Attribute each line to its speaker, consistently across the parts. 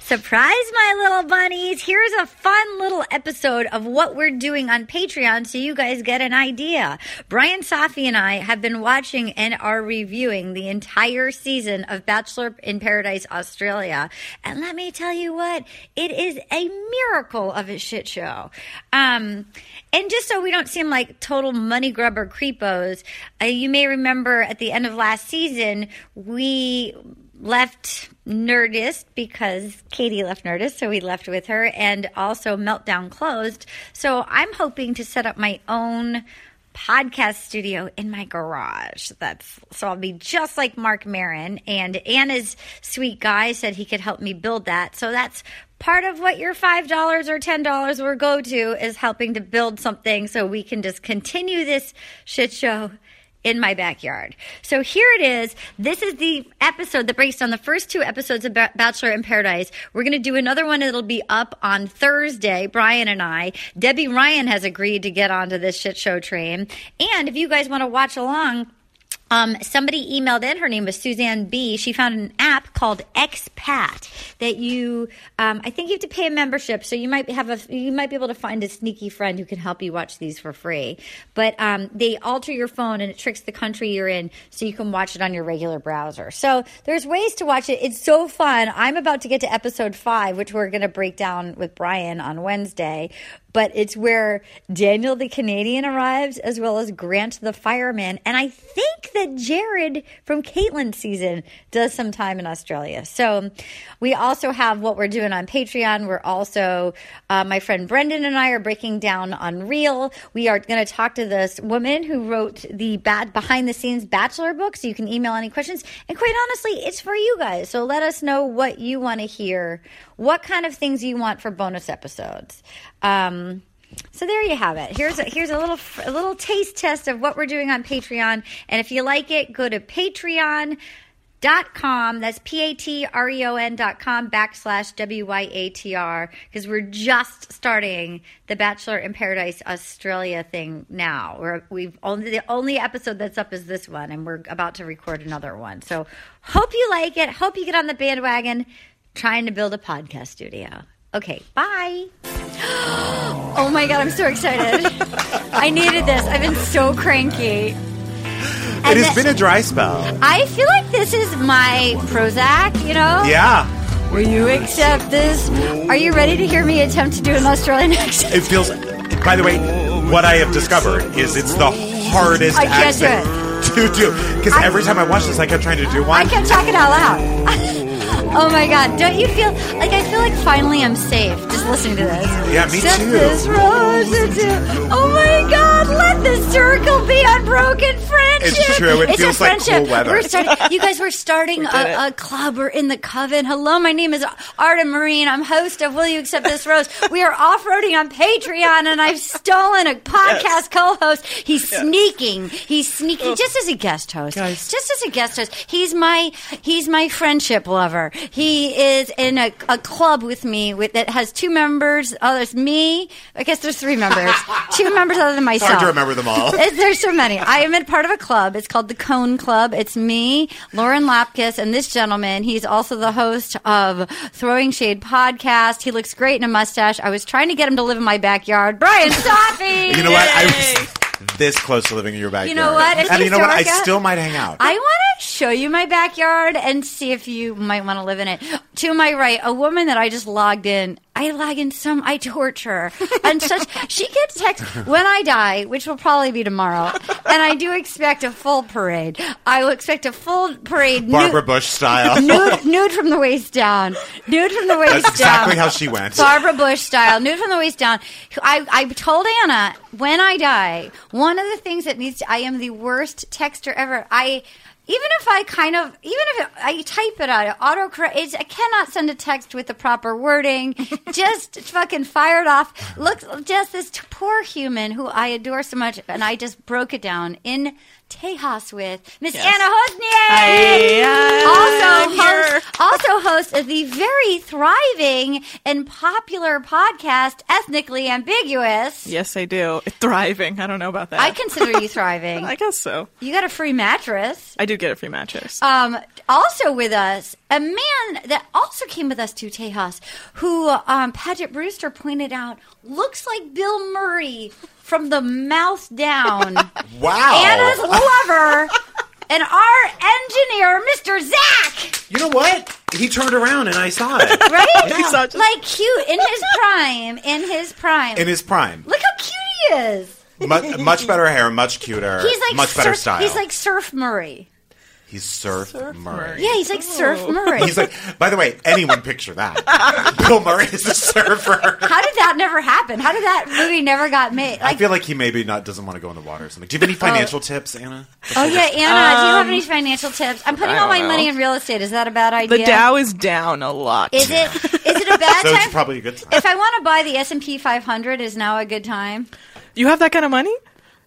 Speaker 1: Surprise, my little bunnies. Here's a fun little episode of what we're doing on Patreon so you guys get an idea. Brian Safi and I have been watching and are reviewing the entire season of Bachelor in Paradise Australia. And let me tell you what, it is a miracle of a shit show. Um, and just so we don't seem like total money grubber creepos, uh, you may remember at the end of last season, we left Nerdist because Katie left Nerdist, so we left with her, and also Meltdown closed. So I'm hoping to set up my own podcast studio in my garage. That's so I'll be just like Mark Marin and Anna's sweet guy said he could help me build that. So that's part of what your $5 or $10 will go to is helping to build something so we can just continue this shit show in my backyard. So here it is. This is the episode that breaks down the first two episodes of Ba- Bachelor in Paradise. We're going to do another one that'll be up on Thursday. Brian and I, Debbie Ryan has agreed to get onto this shit show train. And if you guys want to watch along, um, somebody emailed in. Her name was Suzanne B. She found an app called Expat that you, um, I think you have to pay a membership, so you might have a, you might be able to find a sneaky friend who can help you watch these for free. But um, they alter your phone and it tricks the country you're in, so you can watch it on your regular browser. So there's ways to watch it. It's so fun. I'm about to get to episode five, which we're going to break down with Brian on Wednesday but it's where Daniel the Canadian arrives, as well as Grant the fireman. And I think that Jared from Caitlyn's season does some time in Australia. So we also have what we're doing on Patreon. We're also, uh, my friend Brendan and I are breaking down Unreal. We are going to talk to this woman who wrote the bad behind the scenes Bachelor book. So you can email any questions. And quite honestly, it's for you guys. So let us know what you want to hear, what kind of things you want for bonus episodes. Um, so there you have it. Here's a, here's a little a little taste test of what we're doing on Patreon. And if you like it, go to Patreon. Dot com, that's P A T R E O N dot com backslash W Y A T R, because we're just starting the Bachelor in Paradise Australia thing now. We're, we've only, the only episode that's up is this one, and we're about to record another one. So hope you like it. Hope you get on the bandwagon trying to build a podcast studio. Okay, bye. Oh my God, I'm so excited. I needed this. I've been so cranky.
Speaker 2: It
Speaker 1: And
Speaker 2: has
Speaker 1: the-
Speaker 2: been a dry spell.
Speaker 1: I feel like this is my Prozac, you know?
Speaker 2: Yeah.
Speaker 1: Will you accept this? Are you ready to hear me attempt to do an Australian accent?
Speaker 2: It feels. By the way, what I have discovered is it's the hardest
Speaker 1: I can't do
Speaker 2: accent to do. Because
Speaker 1: I-
Speaker 2: every time I watch this, I kept trying to do
Speaker 1: I
Speaker 2: one.
Speaker 1: kept talking out loud. Oh my god, don't you feel like I feel like finally I'm safe just listening to this?
Speaker 2: Yeah, me
Speaker 1: Set
Speaker 2: too.
Speaker 1: This rose into, oh my god, let the circle be unbroken friendship.
Speaker 2: true. It
Speaker 1: It's a
Speaker 2: feels like cool
Speaker 1: friendship.
Speaker 2: weather.
Speaker 1: We're starting, you guys, we're starting a, a club. We're in the coven. Hello, my name is Arta Marine. I'm host of Will You Accept This Rose? We are off roading on Patreon, and I've stolen a podcast co host. He's sneaking. He's
Speaker 2: Oh.
Speaker 1: sneaking just as a guest host. Just as a guest host. He's my he's my friendship lover. He is in a, a club with me with that has two members. Oh, there's me. I guess there's three members. two members other than myself.
Speaker 2: Hard to remember them all.
Speaker 1: It's- there's so many. I am in part of a club. It's called the Cone Club. It's me, Lauren Lapkus, and this gentleman. He's also the host of Throwing Shade podcast. He looks great in a mustache. I was trying to get him to live in my backyard. Brian Safi.
Speaker 2: You know what? I was this close to living in your backyard.
Speaker 1: You know what? If
Speaker 2: And you
Speaker 1: things
Speaker 2: know what? I
Speaker 1: work out-
Speaker 2: still might hang out.
Speaker 1: I want to show you my backyard and see if you might want to live in it. To my right, a woman that I just logged in. I log in some. I torture her and such. She gets text when I die, which will probably be tomorrow. And I do expect a full parade. I will expect a full parade. nu-
Speaker 2: Barbara Bush style.
Speaker 1: nude, nude from the waist down. Nude from the waist
Speaker 2: That's exactly
Speaker 1: down.
Speaker 2: how she went.
Speaker 1: Barbara Bush style, nude from the waist down. I, I told Anna when I die, one of the things that needs to, I am the worst texter ever. I. Even if I kind of, even if it, I type it out, auto it's I cannot send a text with the proper wording. just fucking fired off. Look, just this t- poor human who I adore so much, and I just broke it down in Tejas with Miss Anna Hosnier. Also, host, also host of the very thriving and popular podcast Ethnically Ambiguous.
Speaker 3: Yes, I do. Thriving. I don't know about that.
Speaker 1: I consider you thriving.
Speaker 3: I guess so.
Speaker 1: you got a free mattress.
Speaker 3: I do get a free mattress.
Speaker 1: Um, also with us, a man that also came with us to Tejas, who um, Paget Brewster pointed out looks like Bill Murray from the mouth down.
Speaker 2: wow.
Speaker 1: Anna's lover and our engineer, Mr. Zach.
Speaker 4: You know what? He turned around and I saw it.
Speaker 1: Right?
Speaker 3: He's not just-
Speaker 1: Like cute in his prime. In his prime.
Speaker 2: in his prime.
Speaker 1: Look how cute he is.
Speaker 2: Mu- much better hair, much cuter,
Speaker 1: He's like
Speaker 2: much
Speaker 1: surf,
Speaker 2: better style.
Speaker 1: He's like Surf Murray.
Speaker 2: he's Surf, Murray.
Speaker 1: Yeah, he's like Surf Murray.
Speaker 2: He's like. By the way, anyone picture that? Bill Murray is a surfer.
Speaker 1: how did that never happen? How did that movie never got made?
Speaker 2: I
Speaker 1: Like,
Speaker 2: feel like he maybe not doesn't want to go in the water or something. Do you have any financial tips, Anna?
Speaker 1: oh yeah, Anna, do you have any financial tips? I'm putting
Speaker 3: um, I
Speaker 1: all my
Speaker 3: don't know.
Speaker 1: money in real estate. Is that a bad
Speaker 3: the
Speaker 1: idea?
Speaker 3: Dow is down a lot.
Speaker 1: Is it? Is it a bad
Speaker 2: So
Speaker 1: time?
Speaker 2: it's probably a good time.
Speaker 1: if I want to buy the S and P 500, is now a good time?
Speaker 3: you have that kind of money?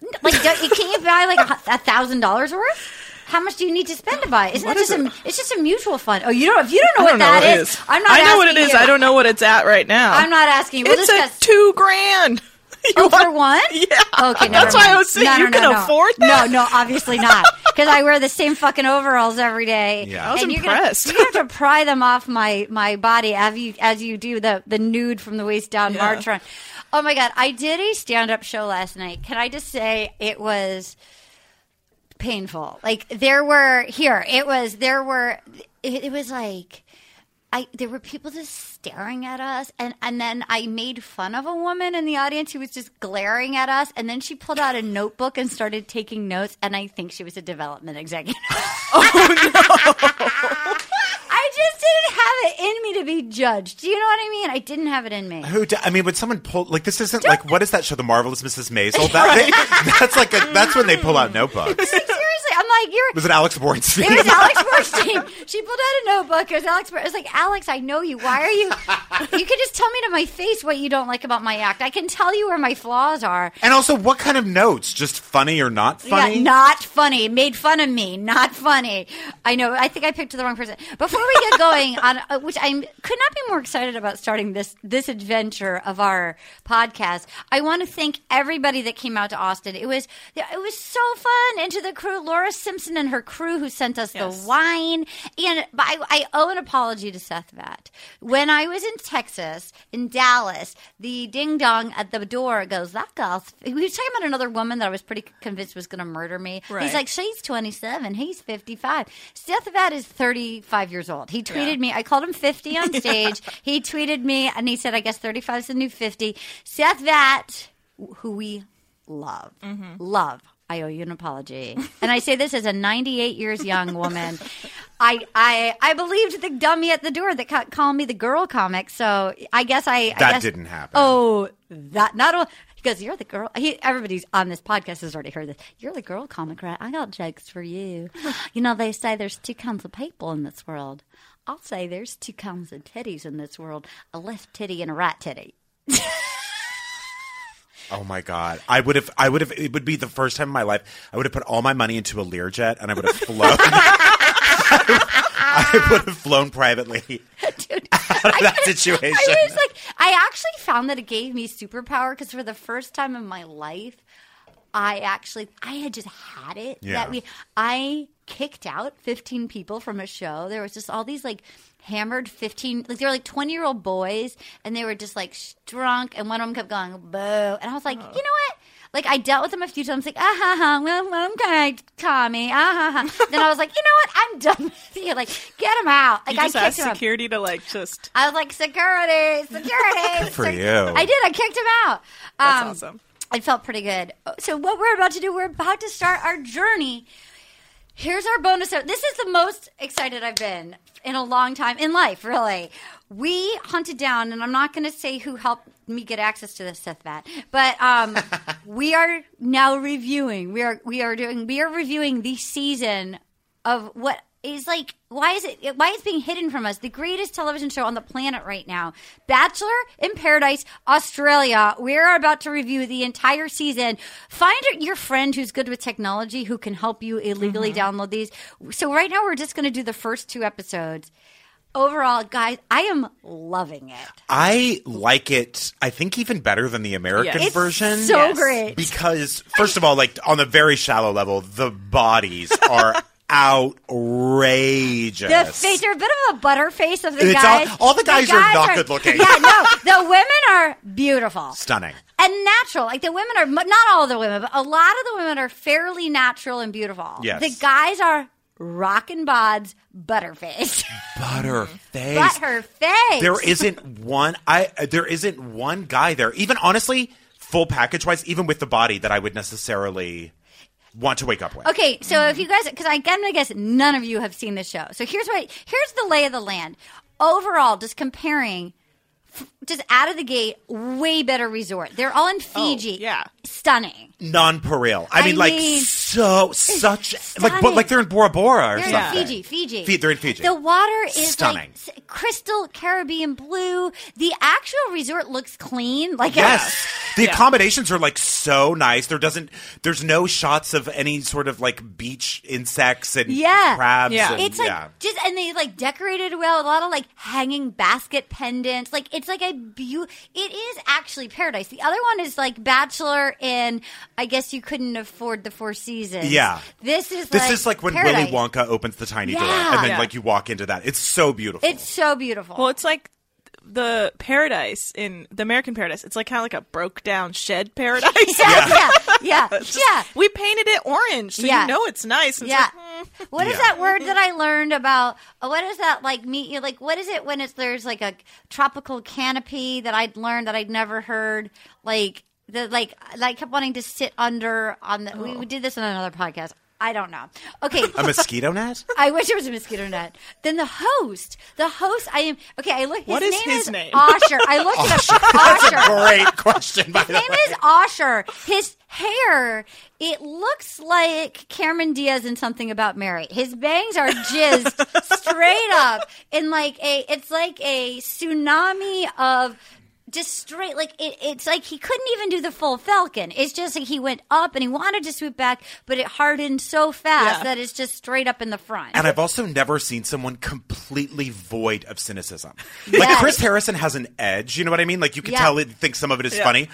Speaker 1: Oh, Like, do, can you buy like a thousand dollars worth? How much do you need to spend to buy? it? Isn't it
Speaker 3: What
Speaker 1: just
Speaker 3: is
Speaker 1: a? It's just a mutual fund. Oh, you don't. If you don't know
Speaker 3: I
Speaker 1: what
Speaker 3: don't know
Speaker 1: that
Speaker 3: what it
Speaker 1: is,
Speaker 3: is.
Speaker 1: I'm not.
Speaker 3: I know what it
Speaker 1: asking
Speaker 3: is.
Speaker 1: you.
Speaker 3: I don't know what it's at right now.
Speaker 1: I'm not asking you. We'll
Speaker 3: it's
Speaker 1: discuss.
Speaker 3: at two grand. You
Speaker 1: Oh, for
Speaker 3: want-
Speaker 1: one?
Speaker 3: Yeah.
Speaker 1: Okay, never
Speaker 3: That's why
Speaker 1: mind.
Speaker 3: I was saying
Speaker 1: no, no,
Speaker 3: you
Speaker 1: no,
Speaker 3: can
Speaker 1: no.
Speaker 3: afford that.
Speaker 1: No, no, obviously not. Because I wear the same fucking overalls every day.
Speaker 2: Yeah. I was
Speaker 1: and you're
Speaker 3: impressed.
Speaker 1: Gonna, you're gonna have to pry them off my my body as you as you do the the nude from the waist down
Speaker 3: Yeah.
Speaker 1: march run. Oh my god, I did a stand up show last night. Can I just say it was painful? Like there were here. It was there were. It, it was like. I, there were people just staring at us, and, and then I made fun of a woman in the audience who was just glaring at us, and then she pulled out a notebook and started taking notes, and I think she was a development executive.
Speaker 2: Oh,
Speaker 1: I just didn't have it in me to be judged. Do you know what I mean? I didn't have it in me.
Speaker 2: Who d- I mean, when someone pull like this isn't like what is that show, The Marvelous Mrs. Maisel? That they, that's like a, that's when they pull out notebooks.
Speaker 1: Like, seriously, I'm like, you're.
Speaker 2: Was it Alex Bornstein?
Speaker 1: It was Alex Borstein. She pulled out a notebook. It was Alex. Bor- It was like, Alex, I know you. Why are you? You can just tell me to my face what you don't like about my act. I can tell you where my flaws are.
Speaker 2: and also, what kind of notes? Just funny or not funny?
Speaker 1: Yeah, not funny. Made fun of me. Not funny. I know. I think I picked the wrong person. Before we get going on, uh, which I could not be more excited about starting this this adventure of our podcast. I want to thank everybody that came out to Austin. It was it was so fun. And to the crew, Laura Simpson and her crew who sent us the wine. And but I, I owe an apology to Seth Vatt. When I was in Texas, in Dallas, the ding dong at the door goes, "That girl's." We were talking about another woman that I was pretty convinced was going to murder me. He's
Speaker 3: Right.
Speaker 1: like, "She's 27. He's 55." Seth Vatt is 35 years old. He tweeted me. I called him 50 on stage. He tweeted me, and he said, "I guess 35 is the new 50." Seth Vatt, who we love, love. I owe you an apology, and I say this as a 98 years young woman. I, I I believed the dummy at the door that ca- called me the girl comic. So I guess I I
Speaker 2: That
Speaker 1: guess-
Speaker 2: didn't happen.
Speaker 1: Oh, that not only because you're the girl. He, everybody's on this podcast has already heard this. You're the girl comic, right? I got jokes for you. you know they say there's two kinds of people in this world. I'll say there's two kinds of titties in this world: a left titty and a right titty.
Speaker 2: Oh my god! I would have. I would have. It would be the first time in my life I would have put all my money into a Learjet and I would have flown. I would have flown privately
Speaker 1: Dude,
Speaker 2: out of that
Speaker 1: I
Speaker 2: situation.
Speaker 1: was like, I actually found that it gave me superpower because for the first time in my life, I actually I had just had it
Speaker 2: Yeah.
Speaker 1: that we I kicked out 15 people from a show. There was just all these like hammered 15 like they were like 20 year old boys and they were just like sh- drunk and one of them kept going boo and I was
Speaker 2: Oh.
Speaker 1: like, "You know what? Like I dealt with them a few times, like ah ha ha, well okay, Tommy, ah ha ha. then I was like, you know what? I'm done with you. Like get him out. Like
Speaker 5: you just
Speaker 1: I
Speaker 5: asked
Speaker 1: kicked him. out.
Speaker 5: security to like just.
Speaker 1: I was like, security, security.
Speaker 2: for
Speaker 1: sec-"
Speaker 2: you.
Speaker 1: I did. I kicked him out. Um,
Speaker 5: That's awesome.
Speaker 1: It felt pretty good. So, what we're about to do, we're about to start our journey. Here's our bonus. ep- This is the most excited I've been in a long time in life, really. We hunted down, and I'm not going to say who helped me get access to this Seth Bat, but um, we are now reviewing. We are we are doing we are reviewing the season of what is like why is it why it's being hidden from us the greatest television show on the planet right now bachelor in paradise australia we're about to review the entire season find your friend who's good with technology who can help you illegally download these so right now we're just going to do the first two episodes overall guys i am loving it
Speaker 2: I like it. I think even better than the American
Speaker 5: Yes. It's
Speaker 2: version.
Speaker 1: so
Speaker 5: Yes.
Speaker 1: great
Speaker 2: because first of all, like on the very shallow level, the bodies are outrageous.
Speaker 1: The face, they're a bit of a butter face of the
Speaker 2: It's all-
Speaker 1: guys.
Speaker 2: all the guys are not good looking.
Speaker 1: Yeah, no, the women are beautiful.
Speaker 2: Stunning.
Speaker 1: and natural. Like the women are not all the women, but a lot of the women are fairly natural and beautiful.
Speaker 2: Yes.
Speaker 1: The guys are rockin' bods, butterface,
Speaker 2: Butterface.
Speaker 1: but her face.
Speaker 2: There isn't one. I uh, there isn't one guy there. Even honestly, full package wise, even with the body that I would necessarily want to wake up with.
Speaker 1: Okay, so if you guys, because I'm gonna guess none of you have seen the show. So here's what, here's the lay of the land. Overall, just comparing, f- just out of the gate, way better resort. They're
Speaker 2: Oh,
Speaker 1: all in Fiji.
Speaker 5: yeah.
Speaker 1: stunning.
Speaker 2: Non-pareil. I,
Speaker 1: I
Speaker 2: mean, like
Speaker 1: mean,
Speaker 2: so such like but
Speaker 1: stunning.
Speaker 2: like they're in Bora Bora or
Speaker 1: They're
Speaker 2: something.
Speaker 1: in Fiji, Fiji.
Speaker 2: Fi- they're in Fiji.
Speaker 1: The water is
Speaker 2: Stunning.
Speaker 1: like s- crystal Caribbean blue. The actual resort looks clean. Like
Speaker 2: Yes. The accommodations are like so nice. There doesn't there's no shots of any sort of like beach insects and
Speaker 1: Yeah.
Speaker 2: crabs.
Speaker 5: Yeah.
Speaker 2: and-
Speaker 1: It's like
Speaker 2: yeah.
Speaker 1: just and they like decorated well a lot of like hanging basket pendants. Like it's like a beau it is actually paradise. The other one is like bachelor in I guess you couldn't afford the four seasons.
Speaker 2: Yeah.
Speaker 1: This is
Speaker 2: this
Speaker 1: like
Speaker 2: is like when
Speaker 1: paradise.
Speaker 2: Willy Wonka opens the tiny door
Speaker 1: Yeah.
Speaker 2: and then
Speaker 5: Yeah.
Speaker 2: like you walk into that. It's so beautiful.
Speaker 1: It's so beautiful.
Speaker 5: Well, it's like the paradise in the American paradise. It's like kind of like a broke down shed paradise.
Speaker 1: yeah, yeah, yeah, yeah.
Speaker 5: It's just- We painted it orange, so
Speaker 1: Yeah.
Speaker 5: you know it's nice. It's
Speaker 1: Yeah.
Speaker 5: like, mm,
Speaker 1: What is
Speaker 2: Yeah.
Speaker 1: that word that I learned about? uh, What is that like? Meet you like? What is it when it's there's like a tropical canopy that I'd learned that I'd never heard? Like the like I kept wanting to sit under on the.
Speaker 5: Oh.
Speaker 1: We, we did this on another podcast. I don't know. Okay,
Speaker 2: a mosquito net?
Speaker 1: I wish it was a mosquito net. Then the host, the host, I am okay. I look. His
Speaker 5: What is
Speaker 1: name
Speaker 5: his
Speaker 1: is
Speaker 5: name?
Speaker 1: Osher. I looked it up. Osher.
Speaker 2: Great question, by the
Speaker 1: His
Speaker 2: way.
Speaker 1: name is Osher. His hair, it looks like Cameron Diaz in Something About Mary. His bangs are jizzed straight up in like a, it's like a tsunami of just straight, like it, it's like he couldn't even do the full falcon. It's just like he went up and he wanted to swoop back, but it hardened so fast
Speaker 5: Yeah.
Speaker 1: that it's just straight up in the front.
Speaker 2: And I've also never seen someone completely void of cynicism. Like
Speaker 1: Yes.
Speaker 2: Chris Harrison has an edge, you know what I mean? Like you can
Speaker 1: Yeah.
Speaker 2: tell it thinks some of it is funny.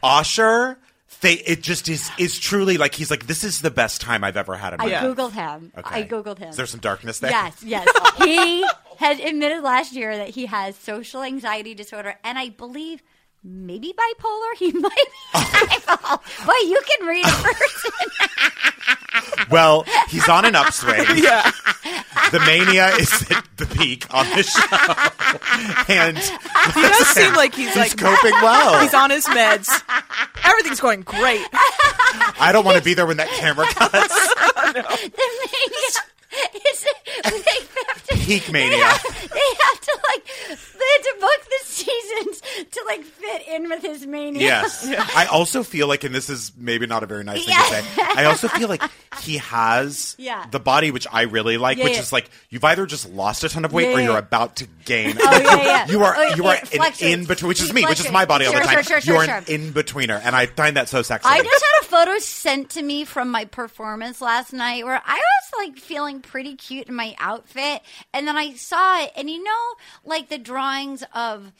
Speaker 2: Osher, they, it just is is truly like he's like this is the best time I've ever had in my
Speaker 1: I
Speaker 2: life.
Speaker 1: Googled him. I
Speaker 2: Okay.
Speaker 1: Googled him.
Speaker 2: Is there some darkness there?
Speaker 1: Yes, yes. he had admitted last year that he has social anxiety disorder, and I believe maybe bipolar. He might be bipolar. But you can read a person.
Speaker 2: Well, he's on an upswing. yeah. The mania is at the peak on this show. And
Speaker 5: he does seem like he's
Speaker 2: he's
Speaker 5: like
Speaker 2: coping well.
Speaker 5: he's on his meds. Everything's going great.
Speaker 2: I don't want to be there when that camera cuts.
Speaker 1: the mania. It's, they
Speaker 2: peak mania.
Speaker 1: They have to like they had to book the seasons to like fit in with his mania.
Speaker 2: Yes. I also feel like, and this is maybe not a very nice thing to say, I also feel like he has
Speaker 1: Yeah.
Speaker 2: the body, which I really like,
Speaker 5: Yeah,
Speaker 2: which
Speaker 5: yeah.
Speaker 2: is like you've either just lost a ton of weight
Speaker 5: Yeah,
Speaker 2: or
Speaker 5: yeah.
Speaker 2: you're about to gain.
Speaker 1: Oh, yeah, yeah.
Speaker 2: You are,
Speaker 1: Oh, it-
Speaker 2: you are
Speaker 1: it
Speaker 2: an
Speaker 1: fluctuates.
Speaker 2: in between, which is
Speaker 1: It
Speaker 2: me, which is my body all the time.
Speaker 1: fluctuates. Sure, sure,
Speaker 2: you're
Speaker 1: sure,
Speaker 2: an
Speaker 1: sure.
Speaker 2: in betweener, and I find that so sexy.
Speaker 1: I just had a photo sent to me from my performance last night where I was like feeling pretty cute in my outfit. And then I saw it, and you know, like the drawings of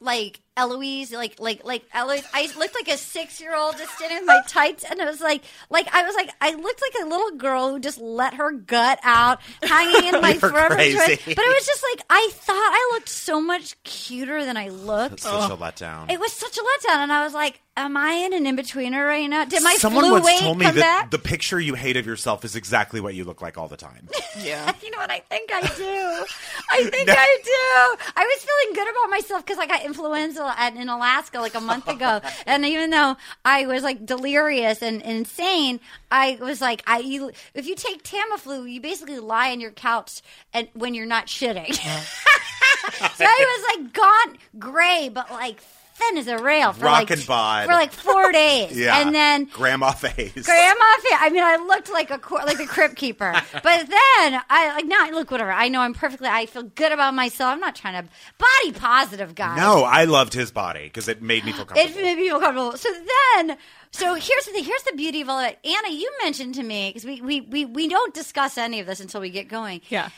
Speaker 1: like Eloise, like, like, like Eloise, I looked like a six year old just in my tights. And it was like, like, I was like, I looked like a little girl who just let her gut out hanging in my
Speaker 2: You're
Speaker 1: throat. from
Speaker 2: crazy.
Speaker 1: dress. But it was just like, I thought I looked so much cuter than I looked.
Speaker 2: such a letdown.
Speaker 1: It was such Oh. a letdown, and I was like, "Am I in an in betweener right now? Did my
Speaker 2: Someone
Speaker 1: flu
Speaker 2: once
Speaker 1: weight
Speaker 2: told me
Speaker 1: come
Speaker 2: that
Speaker 1: back?
Speaker 2: the picture you hate of yourself is exactly what you look like all the time.
Speaker 5: Yeah.
Speaker 1: you know what? I think I do. I think I do. I was feeling good about myself because I got influenza at, in Alaska like a month ago, and even though I was like delirious and, insane, I was like, "I you, if you take Tamiflu, you basically lie on your couch and when you're not shitting." so I was like gaunt, gray, but like. Thin as a rail for
Speaker 2: Rockin'
Speaker 1: like
Speaker 2: bod.
Speaker 1: for like four days,
Speaker 2: Yeah.
Speaker 1: and then
Speaker 2: Grandma face.
Speaker 1: grandma fit. I mean, I looked like a cor- like the crypt keeper. But then I like now I look whatever. I know I'm perfectly. I feel good about myself. I'm not trying to body positive guy.
Speaker 2: No, I loved his body because it made me feel comfortable.
Speaker 1: It made me feel comfortable. So then, so here's the thing. Here's the beauty of all that. Anna, you mentioned to me because we, we we we don't discuss any of this until we get going.
Speaker 5: Yeah.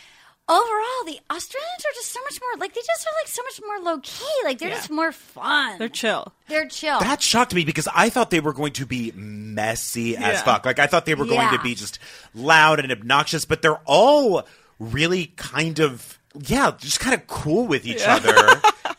Speaker 1: Overall, the Australians are just so much more like they just are like so much more low key. Like they're
Speaker 5: Yeah.
Speaker 1: just more fun.
Speaker 5: They're chill.
Speaker 1: They're chill.
Speaker 2: That shocked me because I thought they were going to be messy as
Speaker 5: Yeah.
Speaker 2: fuck. Like I thought they were going
Speaker 1: Yeah.
Speaker 2: to be just loud and obnoxious, but they're all really kind of yeah, just kind of cool with each other,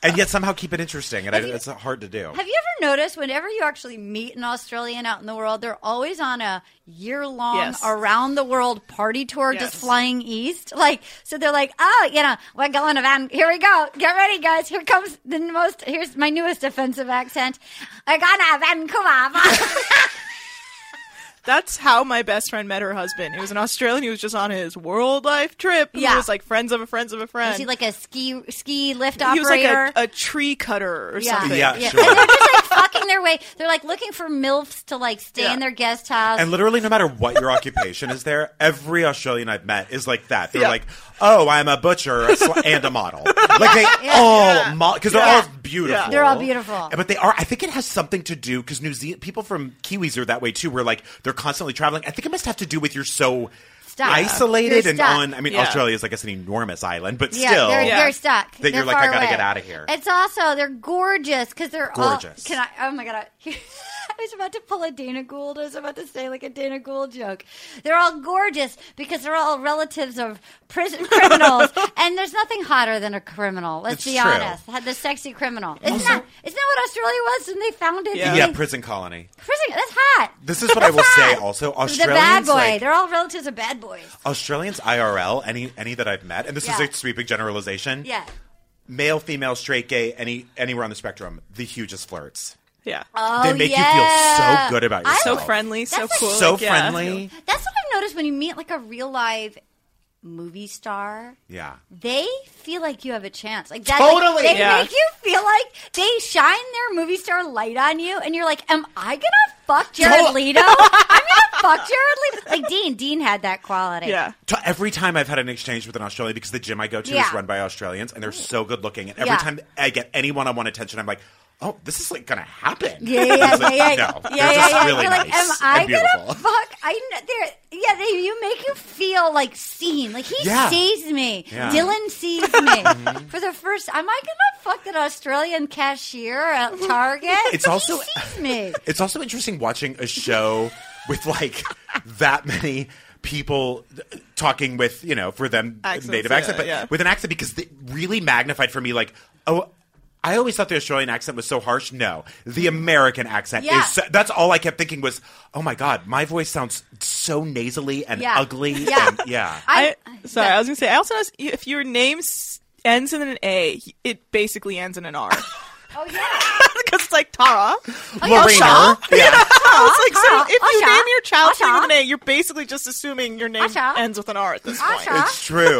Speaker 2: and yet somehow keep it interesting. And I, it's hard to do.
Speaker 1: Have you ever noticed whenever you actually meet an Australian out in the world, they're always on a year long
Speaker 5: Yes.
Speaker 1: around the world party tour, just
Speaker 5: Yes.
Speaker 1: flying east? Like, so they're like, oh, you know, we're going to Van. Here we go. Get ready, guys. Here comes the most. Here's my newest offensive accent. We're going to Vancouver.
Speaker 5: That's how my best friend met her husband. He was an Australian. He was just on his world life trip.
Speaker 1: Yeah.
Speaker 5: He was like friends of a friends of a friend.
Speaker 1: Is he like a ski ski lift
Speaker 5: He
Speaker 1: operator?
Speaker 5: was like a, a tree cutter or something.
Speaker 2: Yeah, sure.
Speaker 1: And they're just like fucking their way. They're like looking for milfs to like stay
Speaker 5: Yeah.
Speaker 1: in their guest house.
Speaker 2: And literally, no matter what your occupation is, there every Australian I've met is like that. They're
Speaker 5: Yeah.
Speaker 2: like, "Oh, I'm a butcher a sl- and a model." Like they all because
Speaker 5: Yeah.
Speaker 2: they're all beautiful.
Speaker 5: Yeah.
Speaker 1: They're all beautiful.
Speaker 2: but they are. I think it has something to do because New Zealand people from Kiwis are that way too. Where like they're constantly traveling. I think it must have to do with you're so
Speaker 1: Stuck.
Speaker 2: isolated
Speaker 1: You're
Speaker 2: and
Speaker 1: stuck.
Speaker 2: on. I mean,
Speaker 5: Yeah.
Speaker 2: Australia is I guess an enormous island, but
Speaker 1: Yeah,
Speaker 2: still,
Speaker 1: they're, they're stuck.
Speaker 2: That
Speaker 1: They're
Speaker 2: you're like, I
Speaker 1: far
Speaker 2: gotta
Speaker 1: away.
Speaker 2: get outta here.
Speaker 1: It's also they're gorgeous because they're all-
Speaker 2: Gorgeous.
Speaker 1: can I? Oh my god! I, I was about to pull a Dana Gould. I was about to say like a Dana Gould joke. They're all gorgeous because they're all relatives of prison criminals, and there's nothing hotter than a criminal. Let's
Speaker 2: It's
Speaker 1: be
Speaker 2: true.
Speaker 1: honest. Had The sexy criminal. Isn't that? Isn't that what Australia was? And they founded.
Speaker 5: Yeah.
Speaker 2: yeah,
Speaker 1: they-
Speaker 2: prison colony.
Speaker 1: prison. That's hot.
Speaker 2: This is what I will say. Also,
Speaker 1: the bad
Speaker 2: Australians
Speaker 1: boy.
Speaker 2: like-
Speaker 1: they're all relatives of bad boys.
Speaker 2: Australians IRL, any any that I've met, and this
Speaker 1: Yeah.
Speaker 2: is a sweeping generalization.
Speaker 1: Yeah.
Speaker 2: Male, female, straight, gay, any anywhere on the spectrum, the hugest flirts.
Speaker 5: Yeah.
Speaker 1: Oh,
Speaker 2: they make you feel
Speaker 1: yeah.
Speaker 2: so good about
Speaker 1: I
Speaker 2: yourself.
Speaker 5: so friendly, so
Speaker 1: That's like-
Speaker 5: cool.
Speaker 2: so
Speaker 5: like, yeah.
Speaker 2: friendly.
Speaker 1: That's what I've noticed when you meet like a real live movie star.
Speaker 2: Yeah.
Speaker 1: They feel like you have a chance. Like that, like,
Speaker 2: Totally.
Speaker 1: they
Speaker 5: Yeah.
Speaker 1: make you feel like they shine their movie star light on you, and you're like, "Am I gonna fuck Jared
Speaker 2: Totally.
Speaker 1: Leto? I'm gonna fuck Jared Leto." Like Dean, Dean had that quality.
Speaker 5: Yeah.
Speaker 2: To- Every time I've had an exchange with an Australian, because the gym I go to
Speaker 1: Yeah.
Speaker 2: is run by Australians, and they're so good looking, and every
Speaker 1: Yeah.
Speaker 2: time I get any one-on-one attention, I'm like, "Oh, this is like gonna happen."
Speaker 1: Yeah, yeah, yeah,
Speaker 2: It's like,
Speaker 1: yeah, yeah.
Speaker 2: No,
Speaker 1: yeah,
Speaker 2: they're
Speaker 1: yeah,
Speaker 2: just
Speaker 1: yeah.
Speaker 2: really
Speaker 1: You're like,
Speaker 2: nice
Speaker 1: am I
Speaker 2: and beautiful.
Speaker 1: gonna fuck? I kn- they're yeah. They you make you feel like seen. Like he
Speaker 2: Yeah.
Speaker 1: sees me.
Speaker 2: Yeah. Mm-hmm.
Speaker 1: Dylan sees me for the first. Am I gonna fuck that Australian cashier at Target?
Speaker 2: It's also-
Speaker 1: he sees me.
Speaker 2: It's also interesting watching a show with like that many people th- talking with you know for them
Speaker 5: Accents,
Speaker 2: native
Speaker 5: yeah,
Speaker 2: accent, but
Speaker 5: yeah.
Speaker 2: with an accent because it really magnified for me like oh. I always thought the Australian accent was so harsh. No, the American accent
Speaker 1: Yeah.
Speaker 2: is. So, that's all I kept thinking was, "Oh my god, my voice sounds so nasally and
Speaker 1: Yeah.
Speaker 2: ugly."
Speaker 1: Yeah.
Speaker 2: and, yeah.
Speaker 5: I, sorry, I was gonna say. I also noticed if your name s- ends in an A, it basically ends in an R
Speaker 1: Oh yeah.
Speaker 5: because it's like Tara.
Speaker 2: Oh, Lorena, yeah,
Speaker 5: it's like so.
Speaker 1: Tara,
Speaker 5: If you
Speaker 1: Asha,
Speaker 5: name your child
Speaker 1: Asha.
Speaker 5: with an A, you're basically just assuming your name
Speaker 1: Asha.
Speaker 5: ends with an R at this point.
Speaker 1: Asha.
Speaker 2: it's true.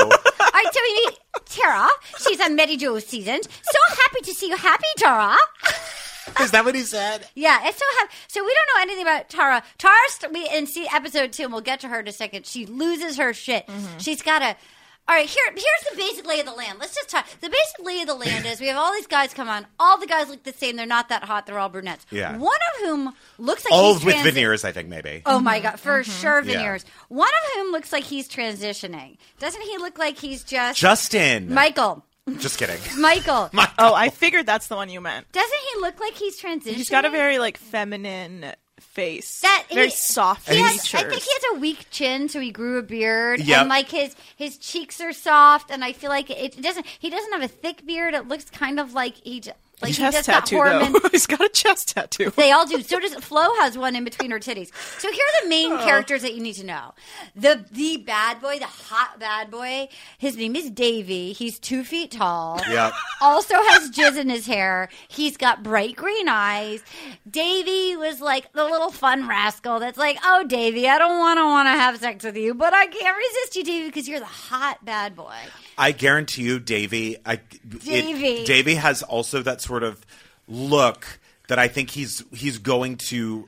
Speaker 1: are doing it. Tara, she's on Mary Jo season. So happy to see you happy, Tara.
Speaker 2: Is that what he said?
Speaker 1: Yeah, it's so happy. So we don't know anything about Tara. Tara, st- we in see episode two, and we'll get to her in a second. She loses her shit.
Speaker 2: Mm-hmm.
Speaker 1: She's got a. All right, here, here's the basic lay of the land. Let's just talk. The basic lay of the land is we have all these guys come on. All the guys look the same. They're not that hot. They're all brunettes.
Speaker 2: Yeah.
Speaker 1: One of whom looks like
Speaker 2: All
Speaker 1: he's
Speaker 2: with
Speaker 1: trans-
Speaker 2: veneers, I think maybe.
Speaker 1: Oh
Speaker 5: Mm-hmm,
Speaker 1: my god, for sure
Speaker 2: Yeah.
Speaker 1: veneers. One of whom looks like he's transitioning. Doesn't he look like he's just
Speaker 2: Justin.
Speaker 1: Michael?
Speaker 2: Just kidding.
Speaker 1: Michael.
Speaker 5: Oh, I figured that's the one you meant.
Speaker 1: Doesn't he look like he's transitioning?
Speaker 5: He's got a very like feminine face.
Speaker 1: That-
Speaker 5: very
Speaker 1: he-
Speaker 5: soft
Speaker 1: He has-
Speaker 5: features.
Speaker 1: I think he has a weak chin, so he grew a beard,
Speaker 2: Yep.
Speaker 1: and like his his cheeks are soft, and I feel like it doesn't. He doesn't have a thick beard. It looks kind of like he j- like he
Speaker 5: chest
Speaker 1: just got
Speaker 5: tattoo
Speaker 1: hormone.
Speaker 5: though. He's got a chest tattoo.
Speaker 1: They all do. So does Flo has one in between her titties. So here are the main characters that you need to know. The the bad boy, the hot bad boy. His name is Davy. He's two feet tall.
Speaker 2: Yep.
Speaker 1: Also has jizz in his hair. He's got bright green eyes. Davy was like the little fun rascal that's like, oh Davy, I don't want to want to have sex with you, but I can't resist you, Davy, because you're the hot bad boy.
Speaker 2: I guarantee you, Davy. I, it-
Speaker 1: Davey.
Speaker 2: Davey has also that sort of look that I think he's he's going to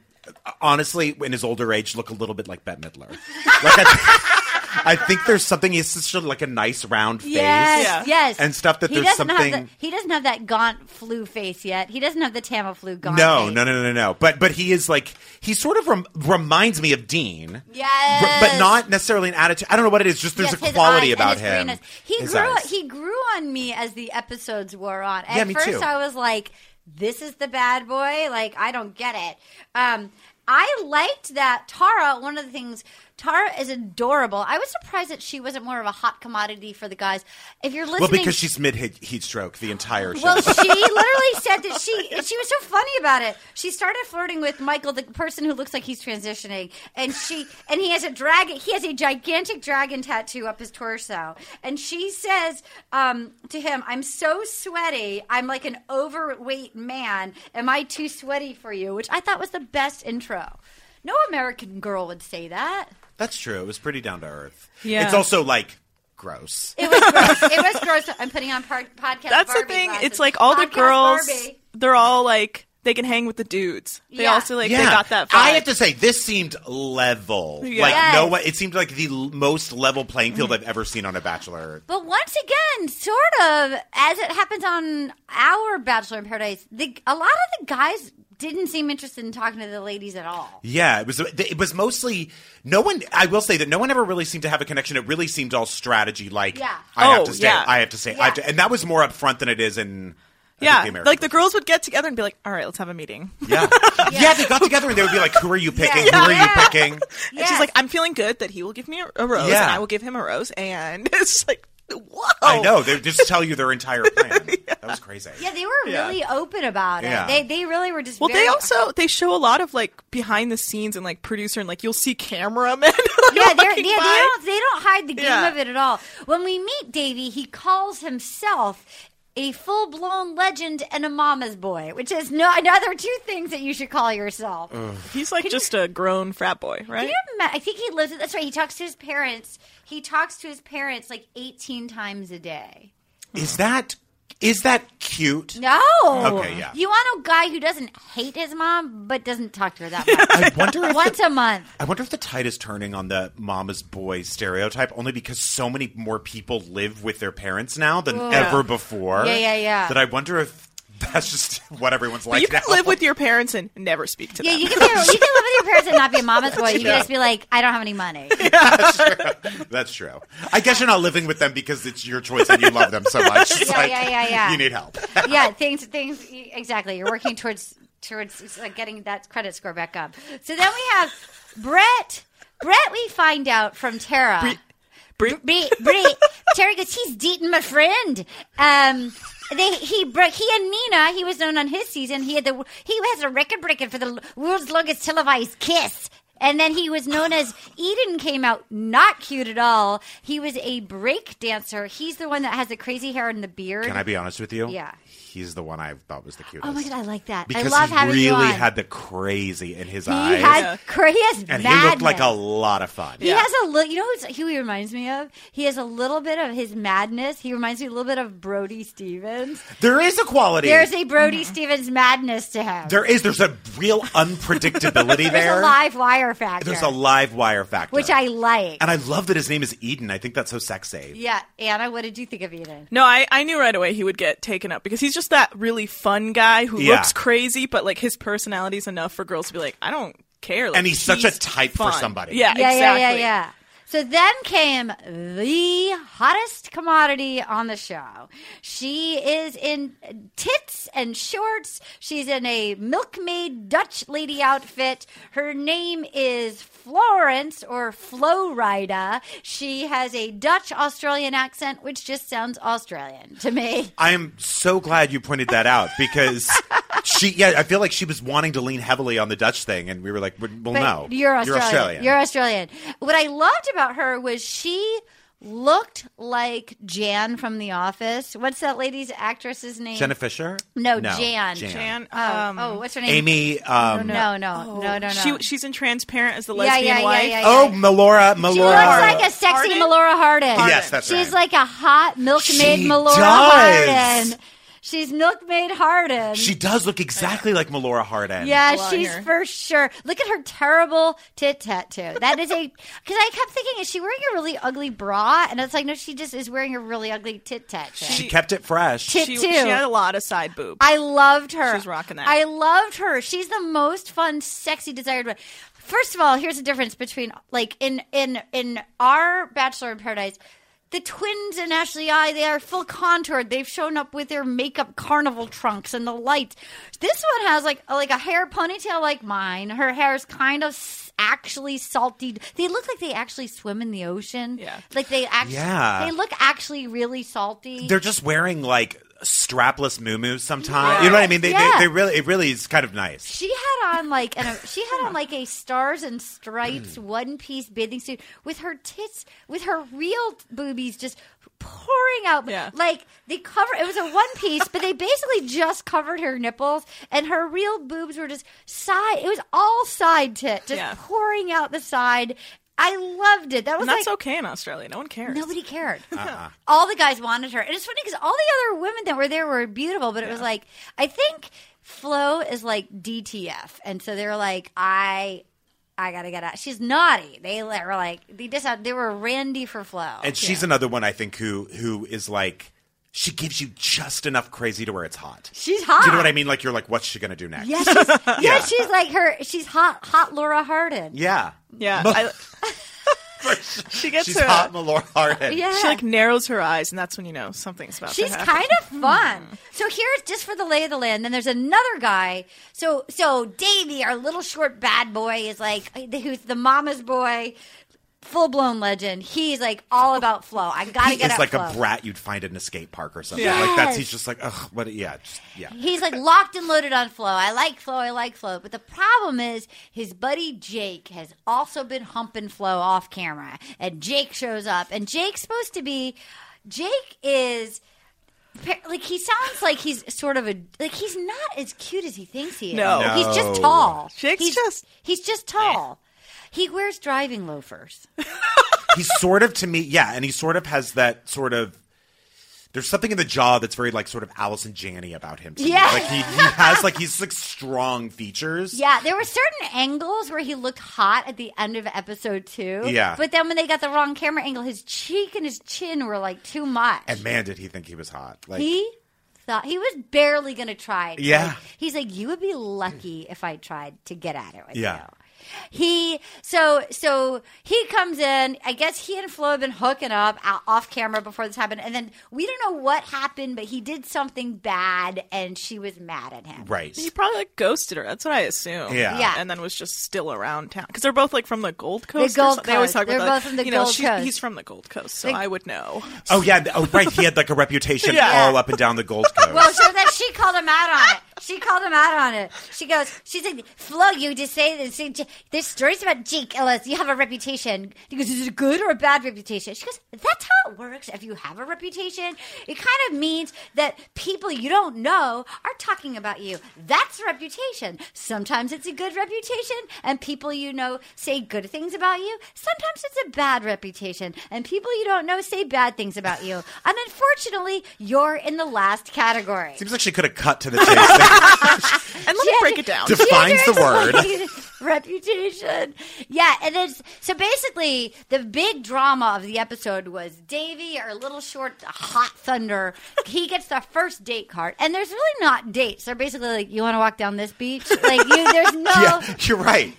Speaker 2: honestly, in his older age, look a little bit like Bette Midler. like I, I think there's something. He's such a, like a nice round face.
Speaker 1: Yes,
Speaker 5: Yeah.
Speaker 1: yes.
Speaker 2: And stuff that
Speaker 1: he
Speaker 2: there's
Speaker 1: doesn't Have
Speaker 2: something-
Speaker 1: the, he doesn't have that gaunt flu face yet. He doesn't have the Tamiflu gaunt.
Speaker 2: No,
Speaker 1: face.
Speaker 2: no, no, no, no, no. But but he is like he sort of rem- reminds me of Dean.
Speaker 1: Yes.
Speaker 2: But- but not necessarily an attitude. I don't know what it is. Just there's
Speaker 1: Yes,
Speaker 2: a
Speaker 1: his
Speaker 2: quality
Speaker 1: eyes and
Speaker 2: about
Speaker 1: his
Speaker 2: him.
Speaker 1: greenness. He
Speaker 2: His
Speaker 1: grew.
Speaker 2: eyes.
Speaker 1: He grew on me as the episodes wore on. At
Speaker 2: Yeah, me
Speaker 1: first,
Speaker 2: too.
Speaker 1: I was like, "This is the bad boy." Like, I don't get it. Um, I liked that Tara. One of the things Tara is adorable. I was surprised that she wasn't more of a hot commodity for the guys. If you're listening,
Speaker 2: well, because she's mid heat stroke the entire show.
Speaker 1: well, she literally said that she she was so funny about it. She started flirting with Michael, the person who looks like he's transitioning, and she and he has a dragon. He has a gigantic dragon tattoo up his torso, and she says um, to him, "I'm so sweaty. I'm like an overweight man. Am I too sweaty for you?" Which I thought was the best intro. No American girl would say that.
Speaker 2: That's true. It was pretty down to earth.
Speaker 5: Yeah.
Speaker 2: It's also like gross.
Speaker 1: It was gross. it was gross. I'm putting on par- podcast.
Speaker 5: That's
Speaker 1: Barbie
Speaker 5: the thing.
Speaker 1: glasses.
Speaker 5: It's like all the
Speaker 1: Podcast
Speaker 5: girls,
Speaker 1: Barbie.
Speaker 5: they're all like they can hang with the dudes. They
Speaker 1: Yeah.
Speaker 5: also like they got that. Vibe.
Speaker 2: I have to say, this seemed level.
Speaker 5: Yeah. Mm-hmm.
Speaker 2: Like
Speaker 1: Yes.
Speaker 2: no one. It seemed like the l- most level playing field I've ever seen on a Bachelor.
Speaker 1: But once again, sort of as it happens on our Bachelor in Paradise, the, a lot of the guys didn't seem interested in talking to the ladies at all.
Speaker 2: Yeah, it was. It was mostly no one. I will say that no one ever really seemed to have a connection. It really seemed all strategy. Like
Speaker 1: Yeah.
Speaker 2: I
Speaker 5: Oh,
Speaker 2: have to stay.
Speaker 5: yeah.
Speaker 2: I have to stay. I have to, and that was more upfront than it is in. I
Speaker 5: yeah,
Speaker 2: think, the American
Speaker 5: like the girls would get together and be like, "All right, let's have a meeting."
Speaker 2: Yeah. yeah, They got together and they would be like, "Who are you picking? Who are you
Speaker 1: Yeah.
Speaker 2: picking?"
Speaker 5: And she's like, "I'm feeling good that he will give me a- a rose,
Speaker 2: Yeah.
Speaker 5: and I will give him a rose." And it's like, whoa!
Speaker 2: I know. They just tell you their entire plan. That was crazy.
Speaker 1: Yeah, they were
Speaker 5: Yeah.
Speaker 1: really open about it.
Speaker 2: Yeah.
Speaker 1: They they really were just
Speaker 5: Well,
Speaker 1: very-
Speaker 5: they also they show a lot of like behind the scenes and like producer and like you'll see cameramen.
Speaker 1: yeah, they're, yeah they
Speaker 5: walking by.
Speaker 1: don't they don't hide the game
Speaker 5: Yeah.
Speaker 1: of it at all. When we meet Davey, he calls himself a full blown legend and a mama's boy, which is no another two things that you should call yourself.
Speaker 5: He's like just a grown frat boy,
Speaker 1: Can
Speaker 5: right?
Speaker 1: you ima- I think he lives. That's right. He talks to his parents. He talks to his parents like eighteen times a day.
Speaker 2: Is that is that cute?
Speaker 1: No.
Speaker 2: Okay, yeah.
Speaker 1: You want a guy who doesn't hate his mom but doesn't talk to her that much.
Speaker 2: I wonder if
Speaker 1: Once
Speaker 2: the,
Speaker 1: a month.
Speaker 2: I wonder if the tide is turning on the mama's boy stereotype only because so many more people live with their parents now than ever before.
Speaker 1: Yeah, yeah, yeah.
Speaker 2: That I wonder if that's just what everyone's
Speaker 5: But
Speaker 2: like
Speaker 5: you can
Speaker 2: now.
Speaker 5: live with your parents and never speak to
Speaker 1: Yeah,
Speaker 5: them.
Speaker 1: you can be, you can live with your parents and not be a mama's boy. You can
Speaker 2: Yeah.
Speaker 1: just be like, I don't have any money.
Speaker 2: that's true. I guess you're not living with them because it's your choice and you love them so much. It's
Speaker 1: Yeah,
Speaker 2: like,
Speaker 1: yeah, yeah, yeah.
Speaker 2: You need help.
Speaker 1: yeah, things, things, e, exactly. You're working towards towards uh, getting that credit score back up. So then we have Brett. Brett, we find out from Tara.
Speaker 5: Bri-
Speaker 1: Bree, Bree, Terry goes, he's dating my friend. Um, they, he, bro- he and Nina, he was known on his season. He had the, he has a record breaking for the l- world's longest televised kiss. And then he was known as Eden came out not cute at all. He was a break dancer. He's the one that has the crazy hair and the beard.
Speaker 2: Can I be honest with you?
Speaker 1: Yeah.
Speaker 2: He's the one I thought was the cutest.
Speaker 1: Oh my god, I like that.
Speaker 2: Because
Speaker 1: I love
Speaker 2: he
Speaker 1: having
Speaker 2: really
Speaker 1: you on.
Speaker 2: had the crazy in his
Speaker 1: he
Speaker 2: eyes.
Speaker 1: has cra- he has
Speaker 2: and
Speaker 1: madness.
Speaker 2: he looked like a lot of fun.
Speaker 1: He has a little. You know who's, who he reminds me of? He has a little bit of his madness. He reminds me a little bit of Brody Stevens.
Speaker 2: There is a quality.
Speaker 1: There's a Brody Stevens madness to him.
Speaker 2: there is. There's a real unpredictability
Speaker 1: There's
Speaker 2: there.
Speaker 1: a live wire factor.
Speaker 2: There's a live wire factor.
Speaker 1: which I like.
Speaker 2: and I love that his name is Eden. I think that's so sexy.
Speaker 1: yeah, Anna, what did you think of Eden?
Speaker 5: No, I, I knew right away he would get taken up because he's just that really fun guy who
Speaker 2: Yeah.
Speaker 5: looks crazy, but like his personality's enough for girls to be like, I don't care. Like,
Speaker 2: And he's such a type for
Speaker 5: fun.
Speaker 2: somebody.
Speaker 5: Yeah,
Speaker 1: Yeah,
Speaker 5: exactly.
Speaker 1: yeah, yeah, yeah. So then came the hottest commodity on the show. She is in tits and shorts. She's in a milkmaid Dutch lady outfit. Her name is Florence or Flo Rida. She has a Dutch Australian accent, which just sounds Australian to me.
Speaker 2: I am so glad you pointed that out because she, yeah, I feel like she was wanting to lean heavily on the Dutch thing, and we were like, well, well, no,
Speaker 1: You're Australian.
Speaker 2: You're Australian.
Speaker 1: You're Australian. What I loved about her was she looked like Jan from The Office. What's that lady's actress's name?
Speaker 2: Jenna Fisher?
Speaker 1: No, Jan.
Speaker 5: Jan,
Speaker 1: Oh,
Speaker 5: um, Oh,
Speaker 1: oh, what's her name?
Speaker 2: Amy. Um,
Speaker 1: No, no, no, no, no.
Speaker 5: She, she's in Transparent as the
Speaker 1: yeah,
Speaker 5: lesbian
Speaker 1: yeah, yeah,
Speaker 5: wife.
Speaker 1: yeah, yeah.
Speaker 2: Oh, Melora. Melora.
Speaker 1: she looks like a sexy
Speaker 5: Hardin?
Speaker 1: Melora Hardin.
Speaker 2: Yes, that's
Speaker 1: She's
Speaker 2: right.
Speaker 1: like a hot milkmaid
Speaker 2: She
Speaker 1: Melora
Speaker 2: does.
Speaker 1: Hardin. She's milkmaid Hardin.
Speaker 2: She does look exactly like Melora Hardin.
Speaker 1: Yeah,
Speaker 5: Blonde
Speaker 1: she's
Speaker 5: hair.
Speaker 1: for sure. Look at her terrible tit tattoo. That is a because I kept thinking, is she wearing a really ugly bra? And it's like, no, she just is wearing a really ugly tit tattoo.
Speaker 2: She kept it fresh.
Speaker 1: Tit
Speaker 5: She,
Speaker 1: too.
Speaker 5: she had a lot of side boob.
Speaker 1: I loved her.
Speaker 5: She's rocking that.
Speaker 1: I loved her. She's the most fun, sexy, desired one. First of all, here's the difference between like in in in our Bachelor in Paradise. The twins and Ashley I, they are full contoured. They've shown up with their makeup carnival trunks and the lights. This one has like like a hair ponytail like mine. Her hair is kind of s- actually salty. They look like they actually swim in the ocean.
Speaker 5: Yeah.
Speaker 1: Like they actually
Speaker 2: Yeah.
Speaker 1: they look actually really salty.
Speaker 2: They're just wearing like strapless moo sometimes. You know what I mean? They,
Speaker 1: Yeah.
Speaker 2: they, they really, it really is kind of nice.
Speaker 1: She had on like an she had on like a stars and stripes
Speaker 5: Hmm.
Speaker 1: one piece bathing suit with her tits with her real boobies just pouring out
Speaker 5: Yeah.
Speaker 1: like they cover it was a one piece but they basically just covered her nipples and her real boobs were just side it was all side tit just
Speaker 5: Yeah.
Speaker 1: pouring out the side I loved it that was
Speaker 5: and that's
Speaker 1: like
Speaker 5: okay in Australia. No one cares.
Speaker 1: Nobody cared. All the guys wanted her. And it's funny because all the other women that were there were beautiful, but it was like, I think Flo is like DTF. And so they were like, I. I gotta get out. She's naughty. They le- were like they just they were randy for Flo.
Speaker 2: And she's another one I think who who is like she gives you just enough crazy to where it's hot.
Speaker 1: she's hot.
Speaker 2: Do you know what I mean? Like you're like, what's she gonna do next?
Speaker 1: Yeah, she's, yeah, she's like her. She's hot, hot Laura Harden.
Speaker 2: Yeah.
Speaker 5: Yeah.
Speaker 2: Mo-
Speaker 5: I- she gets
Speaker 2: she's
Speaker 5: her.
Speaker 2: hot, Melora Hardin.
Speaker 1: Yeah,
Speaker 5: She like narrows her eyes, and that's when you know something's about
Speaker 1: She's
Speaker 5: to happen.
Speaker 1: kind of fun. So here's just for the lay of the land. Then there's another guy. So so Davy, our little short bad boy, is like who's the mama's boy, full blown legend. He's like all about flow. I gotta
Speaker 2: He
Speaker 1: get
Speaker 2: is
Speaker 1: at
Speaker 2: like
Speaker 1: flow.
Speaker 2: a brat you'd find in a skate park or something.
Speaker 5: Yeah.
Speaker 2: Like that's
Speaker 1: Yes.
Speaker 2: he's just like, ugh, what yeah, just, yeah.
Speaker 1: He's like locked and loaded on flow. I like flow. I like flow. But the problem is his buddy Jake has also been humping flow off camera, and Jake shows up, and Jake's supposed to be. Jake is. Like he sounds like he's sort of a like he's not as cute as he thinks he is.
Speaker 5: No. No.
Speaker 1: he's just tall.
Speaker 5: Jake's
Speaker 1: he's,
Speaker 5: just-
Speaker 1: he's just tall. He wears driving loafers.
Speaker 2: he's sort of to me, yeah, and he sort of has that sort of. There's something in the jaw that's very like sort of Allison Janney about him. to me.
Speaker 1: Yeah.
Speaker 2: like he, he has like he's like strong features.
Speaker 1: Yeah, there were certain angles where he looked hot at the end of episode two.
Speaker 2: Yeah.
Speaker 1: But then when they got the wrong camera angle, his cheek and his chin were like too much.
Speaker 2: and man, did he think he was hot? Like
Speaker 1: he thought he was barely going to try it.
Speaker 2: Yeah.
Speaker 1: Like, he's like, you would be lucky if I tried to get at it with
Speaker 2: Yeah.
Speaker 1: you. He so so he comes in. I guess he and Flo have been hooking up out, off camera before this happened, and then we don't know what happened, but he did something bad, and she was mad at him.
Speaker 2: right?
Speaker 5: He probably like, ghosted her. That's what I assume.
Speaker 2: Yeah.
Speaker 1: Yeah.
Speaker 5: And then was just still around town because they're both like from the Gold Coast. or
Speaker 1: Gold
Speaker 5: something. They always
Speaker 1: Coast.
Speaker 5: talk about
Speaker 1: They're
Speaker 5: that.
Speaker 1: both from the
Speaker 5: you know,
Speaker 1: Gold
Speaker 5: she-
Speaker 1: Coast.
Speaker 5: He's from the Gold Coast, so
Speaker 1: They-
Speaker 5: I would know.
Speaker 2: Oh yeah, th- oh right. He had like a reputation
Speaker 5: Yeah.
Speaker 2: all up and down the Gold Coast.
Speaker 1: Well, so that she called him out on it. She called him out on it. She goes, she's like, Flo, you just say this. She- There's stories about Jake Ellis. You have a reputation. He goes, is it a good or a bad reputation? She goes, that's how it works. If you have a reputation, it kind of means that people you don't know are talking about you. That's reputation. Sometimes it's a good reputation, and people you know say good things about you. Sometimes it's a bad reputation, and people you don't know say bad things about you. And unfortunately, you're in the last category.
Speaker 2: Seems like she could have cut to the chase.
Speaker 5: And let me break it down.
Speaker 2: Def- defines the word.
Speaker 1: word reputation. Yeah, and then so basically the big drama of the episode was Davy or Little Short Hot Thunder. he gets the first date card, and there's really not dates. They're basically like, "You want to walk down this beach?" Like, you, there's no.
Speaker 2: yeah, you're right.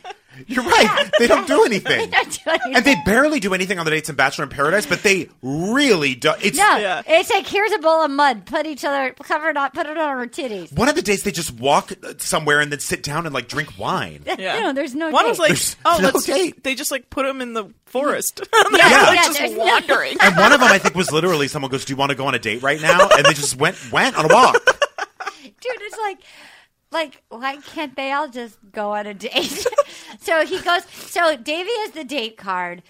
Speaker 2: You're right. They don't do anything.
Speaker 1: don't do anything.
Speaker 2: And they barely do anything on the dates in Bachelor in Paradise, but they really do. It's
Speaker 1: No,
Speaker 5: Yeah.
Speaker 1: it's like here's a bowl of mud. Put each other, cover it up, put it on our titties.
Speaker 2: one of the days they just walk somewhere and then sit down and like drink wine.
Speaker 5: yeah.
Speaker 1: No, there's no
Speaker 5: One was
Speaker 1: date.
Speaker 5: like,
Speaker 2: There's
Speaker 5: oh,
Speaker 2: no
Speaker 5: let's
Speaker 2: date.
Speaker 5: they just like put him in the forest.
Speaker 1: yeah,
Speaker 5: just
Speaker 1: there's no-
Speaker 5: wandering.
Speaker 2: And one of them, I think, was literally someone goes, "Do you want to go on a date right now?" And they just went went on a walk.
Speaker 1: dude it's like like why can't they all just go on a date so he goes so davey has the date card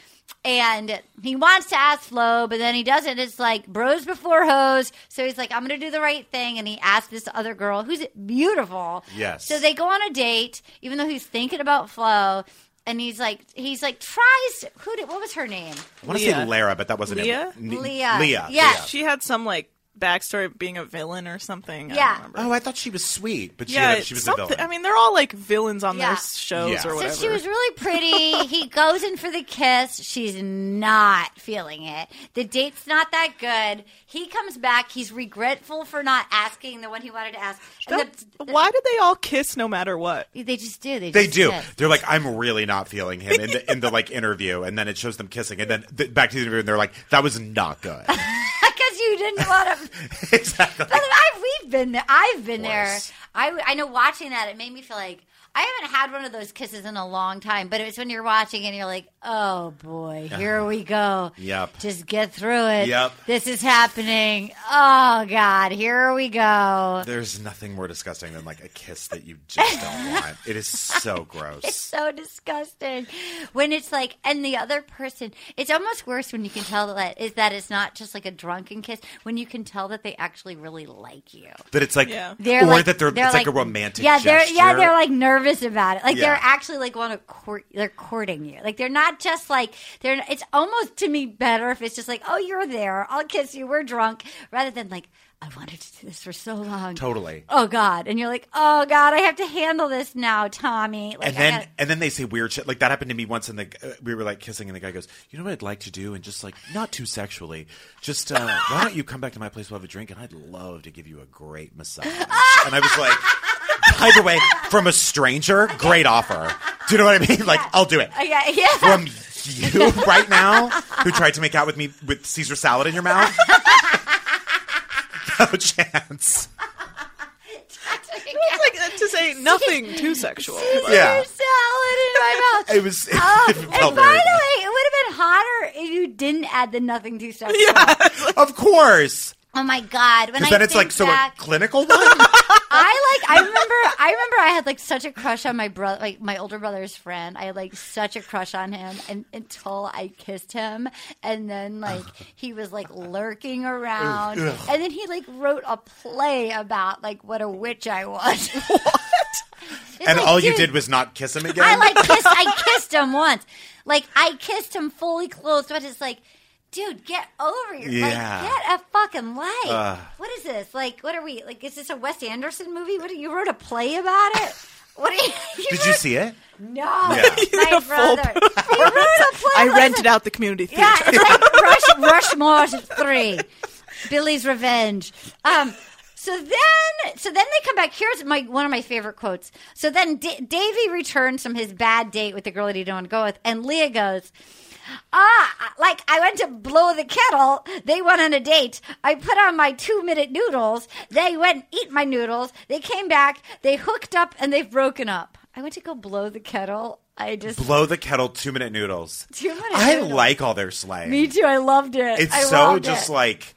Speaker 1: and he wants to ask Flo, but then he doesn't. It's like bros before hoes. So he's like, I'm going to do the right thing. And he asks this other girl who's beautiful.
Speaker 2: Yes.
Speaker 1: So they go on a date, even though he's thinking about Flo. And he's like, he's like, tries. Who did, what was her name?
Speaker 2: I want to
Speaker 5: Leah.
Speaker 2: say Lara, but that wasn't
Speaker 5: Leah?
Speaker 2: it. Ne-
Speaker 1: Leah.
Speaker 2: Leah.
Speaker 1: Yeah.
Speaker 2: Leah.
Speaker 5: she had some like backstory of being a villain or something. I
Speaker 1: Yeah.
Speaker 5: don't remember.
Speaker 2: Oh, I thought she was sweet, but she,
Speaker 5: yeah,
Speaker 2: had a- she was a
Speaker 5: something.
Speaker 2: villain.
Speaker 5: I mean, they're all like villains on
Speaker 1: Yeah.
Speaker 5: their shows
Speaker 2: Yeah.
Speaker 5: or
Speaker 2: So
Speaker 5: whatever.
Speaker 1: So she was really pretty. he goes in for the kiss. She's not feeling it. The date's not that good. He comes back. He's regretful for not asking the one he wanted to ask. And
Speaker 5: That-
Speaker 1: the-
Speaker 5: why did they all kiss no matter what?
Speaker 1: They just do. They,
Speaker 2: They
Speaker 1: just
Speaker 2: do.
Speaker 1: kiss.
Speaker 2: They're like, I'm really not feeling him in the, in the like interview, and then it shows them kissing, and then th- back to the interview, and they're like, that was not good.
Speaker 1: because you didn't want to.
Speaker 2: exactly.
Speaker 1: But I, we've been there. I've been there.
Speaker 2: Worse.
Speaker 1: I, I know watching that, it made me feel like I haven't had one of those kisses in a long time. But it's when you're watching and you're like, oh boy, here we go.
Speaker 2: Yep.
Speaker 1: Just get through it.
Speaker 2: Yep.
Speaker 1: This is happening. Oh God, here we go.
Speaker 2: There's nothing more disgusting than like a kiss that you just don't want. It is so gross.
Speaker 1: so disgusting when it's like and the other person it's almost worse when you can tell that is that it's not just like a drunken kiss when you can tell that they actually really like you
Speaker 2: That it's like,
Speaker 5: Yeah.
Speaker 1: they're
Speaker 2: or
Speaker 1: like,
Speaker 2: that they're,
Speaker 1: they're
Speaker 2: it's like, a romantic.
Speaker 1: yeah they're yeah
Speaker 2: gesture.
Speaker 1: they're like nervous about it like
Speaker 2: Yeah.
Speaker 1: they're actually like want to court they're courting you like they're not just like they're it's almost to me better if it's just like oh you're there i'll kiss you we're drunk rather than like i wanted to do this for so long
Speaker 2: totally.
Speaker 1: oh god and you're like oh god i have to handle this now tommy like
Speaker 2: and
Speaker 1: I
Speaker 2: then
Speaker 1: gotta-
Speaker 2: and then they say weird shit. Like that happened to me once, and the uh, we were like kissing, and the guy goes, "You know what I'd like to do?" And just like not too sexually, just uh, why don't you come back to my place? We'll have a drink, and I'd love to give you a great massage. and I was like, by the way, from a stranger, great offer. Do you know what I mean? Like I'll do it
Speaker 1: Uh, yeah, yeah.
Speaker 2: from you right now, who tried to make out with me with Caesar salad in your mouth. no chance.
Speaker 5: It's like uh, to say nothing too sexual. but-
Speaker 2: Yeah.
Speaker 1: Caesar salad in my mouth.
Speaker 2: It was. It,
Speaker 1: Oh,
Speaker 2: it
Speaker 1: and by
Speaker 2: felt
Speaker 1: the
Speaker 2: very bad.
Speaker 1: way, it would have been hotter if you didn't add the nothing too stuff.
Speaker 2: of course.
Speaker 1: Oh my god! When I
Speaker 2: Because then it's
Speaker 1: think
Speaker 2: like so a
Speaker 1: back,
Speaker 2: clinical one.
Speaker 1: I like I remember I remember I had like such a crush on my brother, like my older brother's friend. I had like such a crush on him, and until I kissed him, and then like he was like lurking around, and then he like wrote a play about like what a witch I was. What?
Speaker 2: and all you did was not kiss him again.
Speaker 1: I like kissed. I kissed him once. Like I kissed him fully clothed, but it's like, dude, get over your
Speaker 2: Yeah.
Speaker 1: like, get a fucking life. what is this? Like, what are we? Like, is this a Wes Anderson movie? What you wrote a play about it? What are you,
Speaker 2: Did
Speaker 1: wrote,
Speaker 2: you see it?
Speaker 1: No,
Speaker 2: You
Speaker 1: my
Speaker 5: did a full
Speaker 1: brother. He wrote a play.
Speaker 5: I
Speaker 1: about it.
Speaker 5: rented out the community theater.
Speaker 1: Yeah, it's like Rush, Rushmore three, Billy's Revenge. Um, so then, so then they come back. Here's my one of my favorite quotes. So then, D- Davy returns from his bad date with the girl that he didn't want to go with, and Leah goes. Ah, like I went to blow the kettle. They went on a date. I put on my two minute noodles. They went and eat my noodles. They came back. They hooked up and they've broken up. I went to go blow the kettle. I just
Speaker 2: Blow the kettle, two minute noodles.
Speaker 1: Two Minute
Speaker 2: I
Speaker 1: Noodles.
Speaker 2: like all their slang.
Speaker 1: Me too. I loved it.
Speaker 2: It's
Speaker 1: I
Speaker 2: so
Speaker 1: loved
Speaker 2: just
Speaker 1: it.
Speaker 2: like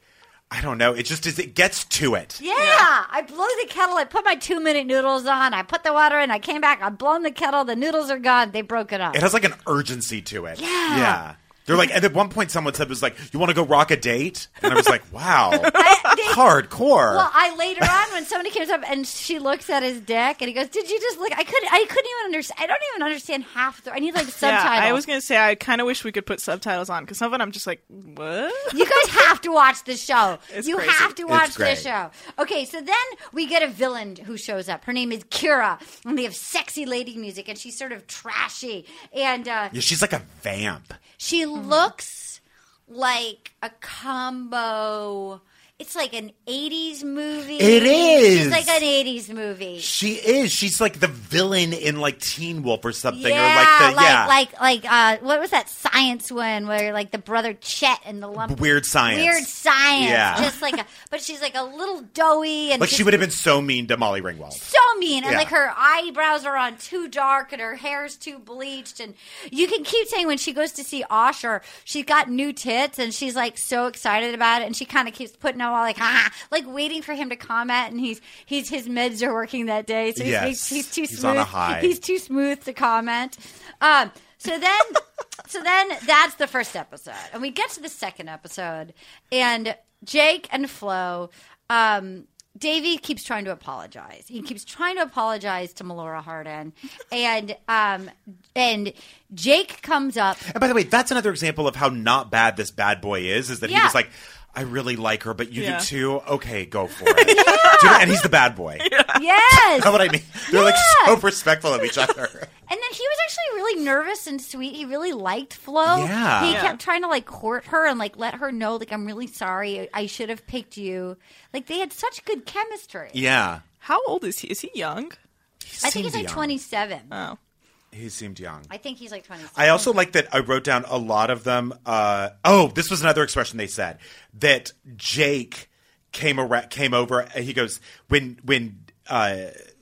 Speaker 2: I don't know. It just is. It gets to it.
Speaker 1: Yeah, I blew the kettle. I put my two minute noodles on. I put the water in. I came back. I blown the kettle. The noodles are gone. They broke it up.
Speaker 2: It has like an urgency to it.
Speaker 1: Yeah.
Speaker 2: Yeah. They're like, and at one point, someone said, "Was like, you want to go rock a date?" And I was like, "Wow, hardcore."
Speaker 1: Well, I later on when somebody comes up and she looks at his dick and he goes, "Did you just look?" I couldn't. I couldn't even understand. I don't even understand half. The, I need like subtitles.
Speaker 5: Yeah, I was gonna say I kind of wish we could put subtitles on because some of it I'm just like, what?
Speaker 1: You guys have to watch the show.
Speaker 5: It's
Speaker 1: you
Speaker 5: crazy.
Speaker 1: have to watch the
Speaker 2: great.
Speaker 1: show. Okay, so then we get a villain who shows up. Her name is Kira, and they have sexy lady music, and she's sort of trashy, and uh,
Speaker 2: yeah, she's like a vamp.
Speaker 1: she
Speaker 2: Mm-hmm.
Speaker 1: looks like a combo. It's like an '80s movie.
Speaker 2: It
Speaker 1: She's
Speaker 2: is.
Speaker 1: like an '80s movie.
Speaker 2: She is. She's like the villain in like Teen Wolf or something,
Speaker 1: Yeah,
Speaker 2: or like the yeah,
Speaker 1: like like like, uh, what was that science one where like the brother Chet and the lump
Speaker 2: Weird Science.
Speaker 1: um, weird science,
Speaker 2: Yeah.
Speaker 1: just like a, but she's like a little doughy and
Speaker 2: like
Speaker 1: just
Speaker 2: she would have been so mean to Molly Ringwald.
Speaker 1: so mean and
Speaker 2: Yeah.
Speaker 1: like her eyebrows are on too dark and her hair's too bleached and you can keep saying when she goes to see Osher she's got new tits and she's like so excited about it and she kind of keeps putting them all like ah like waiting for him to comment and he's he's his meds are working that day so he's, he's,
Speaker 2: Yes.
Speaker 1: he's too
Speaker 2: He's
Speaker 1: smooth
Speaker 2: on a high.
Speaker 1: he's too smooth to comment um so then so then that's the first episode and we get to the second episode and Jake and Flo um Davey keeps trying to apologize. He keeps trying to apologize to Melora Hardin, and um, and Jake comes up.
Speaker 2: And by the way, that's another example of how not bad this bad boy is. Is that
Speaker 1: Yeah.
Speaker 2: he was like, I really like her, but you
Speaker 5: Yeah.
Speaker 2: do too. Okay, go for it. Do you know- and he's the bad boy.
Speaker 1: Yes,
Speaker 2: You know what I mean? They're like
Speaker 1: Yeah.
Speaker 2: so respectful of each other.
Speaker 1: And then he was actually really nervous and sweet. He really liked Flo.
Speaker 2: Yeah.
Speaker 1: He
Speaker 2: Yeah.
Speaker 1: kept trying to like court her and like let her know like I'm really sorry. I should have picked you. Like they had such good chemistry.
Speaker 2: Yeah.
Speaker 5: How old is he? Is he young?
Speaker 1: I think he's
Speaker 2: Seemed
Speaker 1: like
Speaker 2: young.
Speaker 1: 27.
Speaker 5: Oh,
Speaker 2: He seemed young.
Speaker 1: I think he's like 27.
Speaker 2: I also like that I wrote down a lot of them. Uh, oh, this was another expression they said that Jake came around, came over. And he goes when when uh,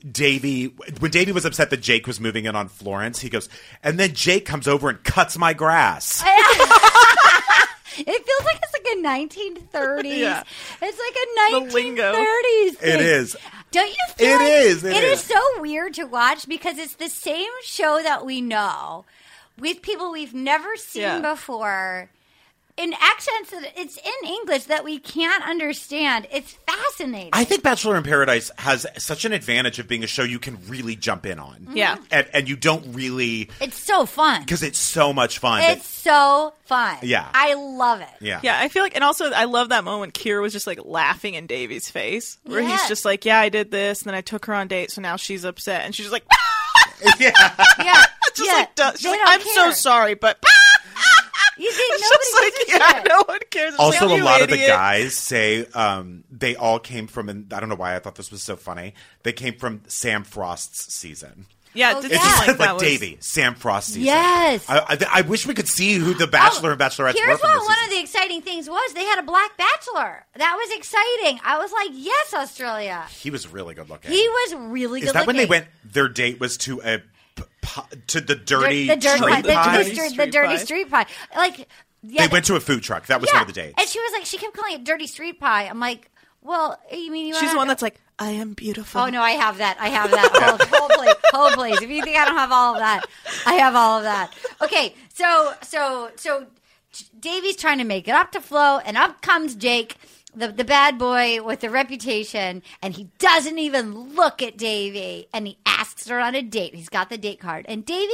Speaker 2: Davy when Davy was upset that Jake was moving in on Florence. He goes, and then Jake comes over and cuts my grass.
Speaker 1: it feels like it's like a 1930s.
Speaker 5: Yeah.
Speaker 1: It's like a
Speaker 5: The lingo.
Speaker 1: 1930s.
Speaker 2: It
Speaker 1: thing.
Speaker 2: is.
Speaker 1: Don't you feel
Speaker 2: It
Speaker 1: like
Speaker 2: is, it
Speaker 1: is
Speaker 2: is.
Speaker 1: so weird to watch because it's the same show that we know with people we've never seen
Speaker 5: Yeah.
Speaker 1: before in accents that it's in English that we can't understand. It's fascinating.
Speaker 2: I think Bachelor in Paradise has such an advantage of being a show you can really jump in on.
Speaker 5: Yeah.
Speaker 2: and, and you don't really
Speaker 1: it's so fun.
Speaker 2: because it's so much fun. that-
Speaker 1: It's so fun.
Speaker 2: Yeah.
Speaker 1: I love it.
Speaker 2: yeah,
Speaker 5: yeah. I feel like, and also I love that moment. Kira was just like laughing in Davy's face, where
Speaker 1: Yes.
Speaker 5: he's just like, "Yeah, I did this, and then I took her on date, so now she's upset," and she's just like, "Ah!"
Speaker 1: Yeah.
Speaker 5: just
Speaker 1: yeah.
Speaker 5: like, duh. she's
Speaker 1: They
Speaker 5: like,
Speaker 1: don't
Speaker 5: "I'm so
Speaker 1: care.
Speaker 5: sorry, but."
Speaker 1: You think
Speaker 5: It's
Speaker 1: nobody
Speaker 5: just like,
Speaker 1: gives a
Speaker 5: yeah,
Speaker 1: shit. Oh,
Speaker 5: no one cares. It's
Speaker 2: also
Speaker 5: like,
Speaker 2: a
Speaker 5: "You
Speaker 2: lot of the
Speaker 5: idiot."
Speaker 2: guys say um, they all came from and i don't know why i thought this was so funny they came from sam frost's season
Speaker 5: Yeah,
Speaker 1: Oh,
Speaker 5: it did
Speaker 1: yeah.
Speaker 2: it's
Speaker 5: seem
Speaker 2: just like,
Speaker 5: that was-
Speaker 2: davey sam frost season
Speaker 1: Yes. Oh,
Speaker 2: I, I, I wish we could see who the bachelor and bachelorette
Speaker 1: Here's
Speaker 2: were from
Speaker 1: what
Speaker 2: this
Speaker 1: one
Speaker 2: season.
Speaker 1: of the exciting things was: they had a black bachelor. That was exciting. I was like, "Yes, Australia."
Speaker 2: he was really good looking
Speaker 1: He was really good.
Speaker 2: is that when they
Speaker 1: looking.
Speaker 2: went their date was to a p- p- to the dirty
Speaker 1: the dirt
Speaker 2: street
Speaker 1: pie, the, the,
Speaker 2: pie?
Speaker 5: Dirty
Speaker 1: street- the
Speaker 5: street
Speaker 1: dirty
Speaker 5: pie.
Speaker 1: street pie? Like, yeah,
Speaker 2: they went to a food truck that was
Speaker 1: yeah.
Speaker 2: one of the dates
Speaker 1: and she was like, she kept calling it dirty street pie. I'm like, well, you mean you
Speaker 5: She's the
Speaker 1: wanna-
Speaker 5: one that's like, I am beautiful.
Speaker 1: Oh no, I have that. I have that. Hold, hold please, hold please. If you think I don't have all of that, I have all of that. Okay, so so so Davey's trying to make it up to Flo, and up comes Jake, the the bad boy with the reputation, and he doesn't even look at Davey, and he asks her on a date. He's got the date card, and Davey,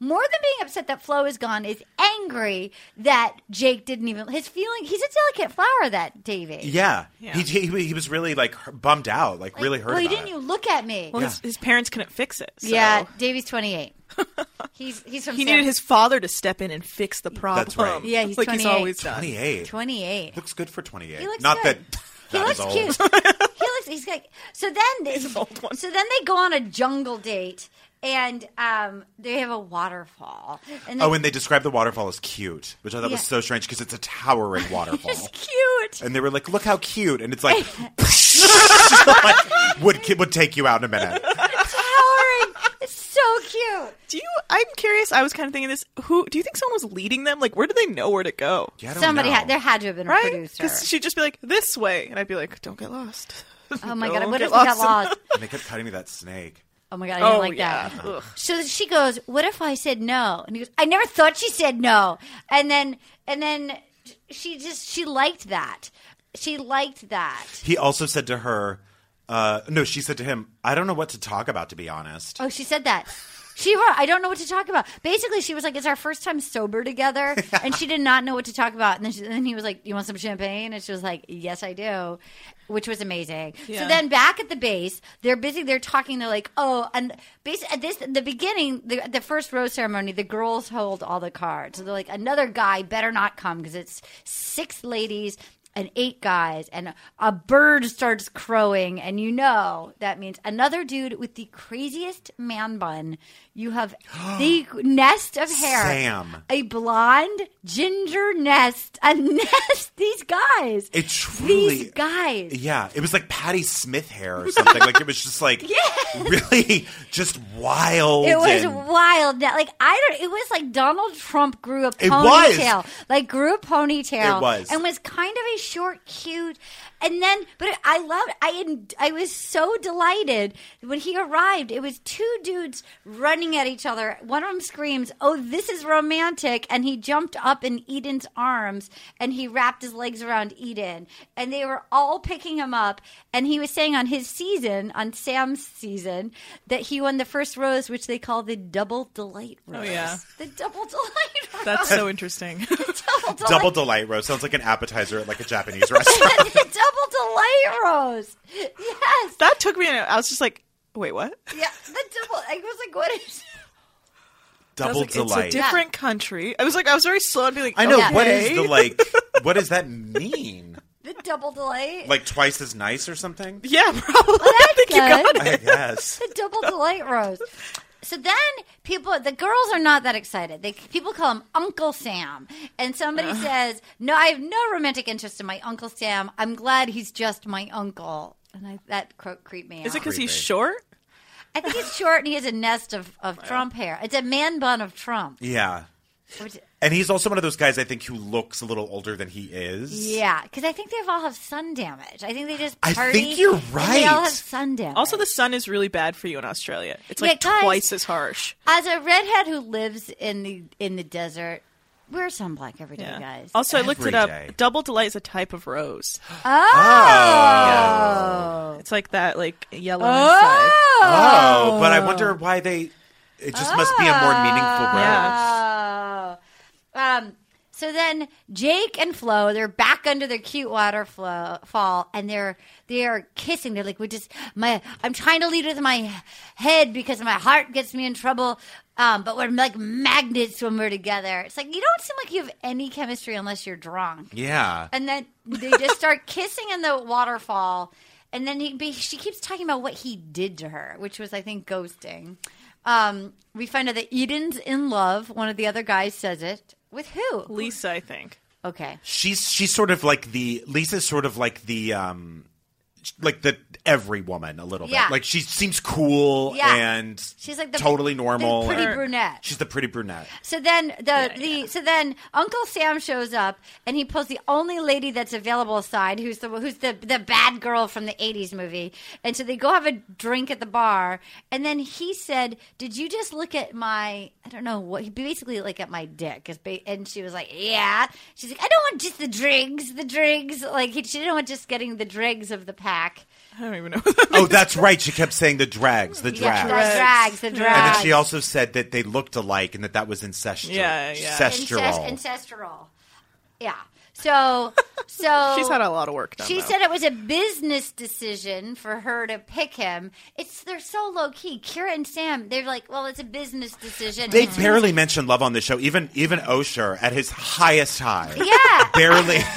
Speaker 1: more than being upset that Flo is gone, is angry that Jake didn't even his feeling. He's a delicate flower, that Davey.
Speaker 2: yeah,
Speaker 5: Yeah.
Speaker 2: He, he he was really like bummed out like, really hurt
Speaker 1: Well, he
Speaker 2: about
Speaker 1: didn't
Speaker 2: it.
Speaker 1: even look at me.
Speaker 5: Well, his, his parents couldn't fix it. so
Speaker 1: Yeah, Davey's 28. he's he's from
Speaker 5: He
Speaker 1: San-
Speaker 5: needed his father to step in and fix the problem.
Speaker 2: right.
Speaker 1: Yeah, he's
Speaker 5: like
Speaker 1: 28.
Speaker 5: he's always done.
Speaker 2: 28
Speaker 1: 28.
Speaker 2: looks good for 28
Speaker 1: He looks
Speaker 2: not
Speaker 1: good.
Speaker 2: that
Speaker 1: He
Speaker 2: that
Speaker 1: looks
Speaker 2: is
Speaker 1: cute. he
Speaker 2: old.
Speaker 1: looks. He's like. So then, they,
Speaker 5: an old one.
Speaker 1: so then they go on a jungle date, and um, they have a waterfall. And
Speaker 2: Oh,
Speaker 1: they-
Speaker 2: and they described the waterfall as cute, which I thought
Speaker 1: Yeah.
Speaker 2: was so strange because it's a towering waterfall.
Speaker 1: it's cute.
Speaker 2: and they were like, "Look how cute!" And it's like, like would would take you out in a minute.
Speaker 1: Towering. It's so cute.
Speaker 5: Do you? I'm curious. I was kind of thinking this. Who do you think someone was leading them? Like, where do they know where to go?
Speaker 2: Yeah, I don't
Speaker 6: Somebody
Speaker 2: know.
Speaker 6: had there had to have been a
Speaker 5: Right?
Speaker 6: producer.
Speaker 5: Because she'd just be like, "This way," and I'd be like, "Don't get lost."
Speaker 6: oh my
Speaker 5: Don't
Speaker 6: god, I would have
Speaker 5: get
Speaker 6: got
Speaker 5: in-
Speaker 6: lost.
Speaker 2: And they kept cutting me that snake.
Speaker 6: Oh my god, I didn't
Speaker 5: Oh
Speaker 6: like
Speaker 5: yeah.
Speaker 6: that.
Speaker 5: Ugh.
Speaker 1: So she goes, "What if I said no?" And he goes, "I never thought she said no." And then and then she just she liked that. She liked that.
Speaker 2: He also said to her, uh, no, she said to him, I don't know what to talk about, to be honest.
Speaker 1: Oh, she said that. She wrote, I don't know what to talk about. Basically, she was like, it's our first time sober together. And she did not know what to talk about. And then, she, and then he was like, you want some champagne? And she was like, yes, I do. Which was amazing. So
Speaker 5: Yeah.
Speaker 1: then back at the base, they're busy. They're talking. They're like, oh, and basically at this, the beginning, the, the first rose ceremony, the girls hold all the cards. So they're like, another guy better not come because it's six ladies and eight guys and a bird starts crowing and you know that means another dude with the craziest man bun you have the nest of hair
Speaker 2: Sam.
Speaker 1: a blonde ginger nest a nest these guys
Speaker 2: It truly.
Speaker 1: these guys
Speaker 2: Yeah, it was like Patty Smith hair or something. like it was just like really just wild.
Speaker 1: It was
Speaker 2: and-
Speaker 1: wild. That like I don't. It was like Donald Trump grew a
Speaker 2: It was.
Speaker 1: ponytail. Like grew a ponytail.
Speaker 2: It was.
Speaker 1: and was kind of a short, cute. And then, but I loved. I en- I was so delighted when he arrived. It was two dudes running at each other. One of them screams, "Oh, this is romantic!" And he jumped up in Eden's arms and he wrapped his legs around Eden. And they were all picking him up. And he was saying on his season, on Sam's season, that he won the first rose, which they call the double delight rose.
Speaker 5: Oh, yeah.
Speaker 1: the double delight. Rose.
Speaker 5: That's so interesting.
Speaker 1: double delight.
Speaker 2: double delight rose sounds like an appetizer at like a Japanese restaurant.
Speaker 1: the double delight rose. Yes.
Speaker 5: that took me. In, I was just like, "Wait, what?"
Speaker 1: Yeah. The double. I was like, what is?
Speaker 5: I was
Speaker 2: Double
Speaker 5: like,
Speaker 2: delight.
Speaker 5: It's a different country. I was like, I was very slow and be like,
Speaker 2: I know what
Speaker 5: okay.
Speaker 2: is the like. What does that mean?
Speaker 1: The double delight.
Speaker 2: Like twice as nice or something?
Speaker 5: Yeah, probably. I think you
Speaker 1: good.
Speaker 5: got it.
Speaker 2: I guess.
Speaker 1: the double delight rose. So then people, the girls are not that excited. They people call him Uncle Sam, and somebody
Speaker 5: Uh.
Speaker 1: says, "No, I have no romantic interest in my Uncle Sam. I'm glad he's just my uncle." And I, that cro- creeped me out.
Speaker 5: Is it because he's
Speaker 2: Creepy.
Speaker 5: short?
Speaker 1: I think he's short and he has a nest of, of Trump hair. It's a man bun of Trump.
Speaker 2: Yeah.
Speaker 1: Which,
Speaker 2: And he's also one of those guys I think who looks a little older than he is.
Speaker 1: yeah, because I think they've all have sun damage. I think they just
Speaker 2: I
Speaker 1: party.
Speaker 2: think you're
Speaker 1: and They all
Speaker 2: right.
Speaker 1: have sun damage.
Speaker 5: Also, the sun is really bad for you in Australia. It's
Speaker 1: Yeah,
Speaker 5: like
Speaker 1: guys.
Speaker 5: twice as harsh.
Speaker 1: as a redhead who lives in the in the desert, wear sunblock every day,
Speaker 5: Yeah.
Speaker 1: guys.
Speaker 5: Also, I looked
Speaker 2: Every
Speaker 5: it up.
Speaker 2: day.
Speaker 5: Double delight is a type of rose.
Speaker 1: Oh.
Speaker 5: It's like that, like yellow inside.
Speaker 1: Oh.
Speaker 2: Oh, but I wonder why they. It just must be a more meaningful rose.
Speaker 5: Yeah.
Speaker 1: Um, so then Jake and Flo, they're back under their cute waterfall, and they're they are kissing. They're like, "We just my I'm trying to lead with my head because my heart gets me in trouble." Um, but we're like magnets when we're together. It's like you don't seem like you have any chemistry unless you're drunk.
Speaker 2: Yeah.
Speaker 1: and then they just start kissing in the waterfall and then he, she keeps talking about what he did to her which was i think ghosting um, we find out that eden's in love one of the other guys says it with who
Speaker 5: Lisa, I think.
Speaker 1: okay
Speaker 2: She's she's sort of like the Lisa's sort of like the um like the every woman a little
Speaker 1: Yeah.
Speaker 2: bit. Like she seems cool
Speaker 1: Yeah.
Speaker 2: and
Speaker 1: she's like the
Speaker 2: totally
Speaker 1: the
Speaker 2: normal.
Speaker 1: pretty
Speaker 2: and-
Speaker 1: brunette
Speaker 2: She's the pretty brunette.
Speaker 1: So then the, the so then Uncle Sam shows up and he pulls the only lady that's available aside, who's the who's the the bad girl from the '80s movie, and so they go have a drink at the bar, and then he said, "Did you just look at my I don't know what?" He basically like at my dick, is ba- and she was like, "Yeah." She's like, "I don't want just the dregs, the dregs." Like he- she didn't want just getting the dregs of the pack.
Speaker 5: I don't even know. what that
Speaker 2: Oh, that's right. She kept saying the drags, the
Speaker 1: Yeah, the drags,
Speaker 2: drags.
Speaker 1: the drags.
Speaker 2: And then she also said that they looked alike and that that was ancestral.
Speaker 5: Yeah, yeah.
Speaker 2: Ancestral.
Speaker 1: Ancest- ancestral. Yeah. So so
Speaker 5: means. She's had a lot of work done.
Speaker 1: Oh. She
Speaker 5: though.
Speaker 1: said it was a business decision for her to pick him. It's they're so low key. Kira and Sam, they're like, well, it's a business decision.
Speaker 2: they
Speaker 1: It's-
Speaker 2: barely mentioned love on the show. Even even Osher at his highest high.
Speaker 1: yeah.
Speaker 2: Barely.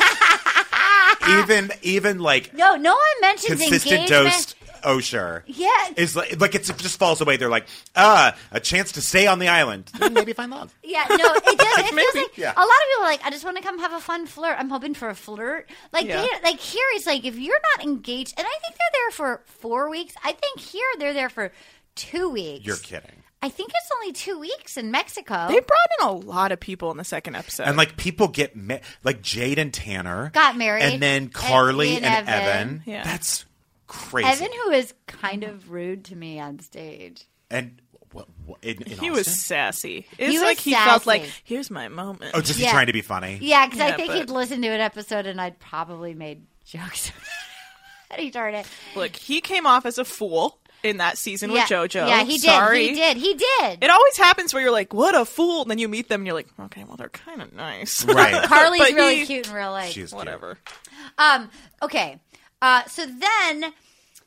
Speaker 2: even even like
Speaker 1: No, no one mentions
Speaker 2: consistent
Speaker 1: engagement.
Speaker 2: dose Osher.
Speaker 1: Yeah.
Speaker 2: Is like, like it's, it just falls away. They're like, ah, a chance to stay on the island. Maybe find love.
Speaker 1: Yeah, no, it does. It feels
Speaker 5: Maybe,
Speaker 1: like
Speaker 2: yeah.
Speaker 1: a lot of people are like, I just want to come have a fun flirt. I'm hoping for a flirt. Like,
Speaker 5: Yeah.
Speaker 1: they, like here it's like if you're not engaged, and I think they're there for four weeks. I think here they're there for two weeks.
Speaker 2: You're kidding.
Speaker 1: I think it's only two weeks in Mexico.
Speaker 5: They brought in a lot of people in the second episode.
Speaker 2: And like people get ma- like Jade and Tanner
Speaker 1: Got married.
Speaker 2: and then
Speaker 1: And
Speaker 2: Carly
Speaker 1: Ian
Speaker 2: and,
Speaker 1: Evan.
Speaker 2: Evan.
Speaker 5: Yeah.
Speaker 2: That's crazy.
Speaker 1: Evan, who is kind of rude to me on stage.
Speaker 2: and what, what, in, in
Speaker 5: he was
Speaker 2: Austin?
Speaker 5: sassy. It's
Speaker 1: was
Speaker 5: like he felt
Speaker 1: sassy.
Speaker 5: like, here's my moment.
Speaker 2: Oh, just
Speaker 1: Yeah.
Speaker 2: trying to be funny.
Speaker 1: Yeah, because I
Speaker 5: Yeah,
Speaker 1: think
Speaker 5: but-
Speaker 1: he'd listened to an episode and I'd probably made jokes. he darn it.
Speaker 5: Look, he came off as a fool in that season
Speaker 1: yeah,
Speaker 5: with JoJo.
Speaker 1: Yeah, he did.
Speaker 5: Sorry.
Speaker 1: He did. He did.
Speaker 5: It always happens where you're like, what a fool. And then you meet them and you're like, okay, well, they're kind of nice.
Speaker 2: Right.
Speaker 1: Carly's
Speaker 5: But
Speaker 1: really
Speaker 5: he-
Speaker 1: cute in real life.
Speaker 2: She's cute.
Speaker 5: Whatever.
Speaker 1: Um, okay. Uh, so then,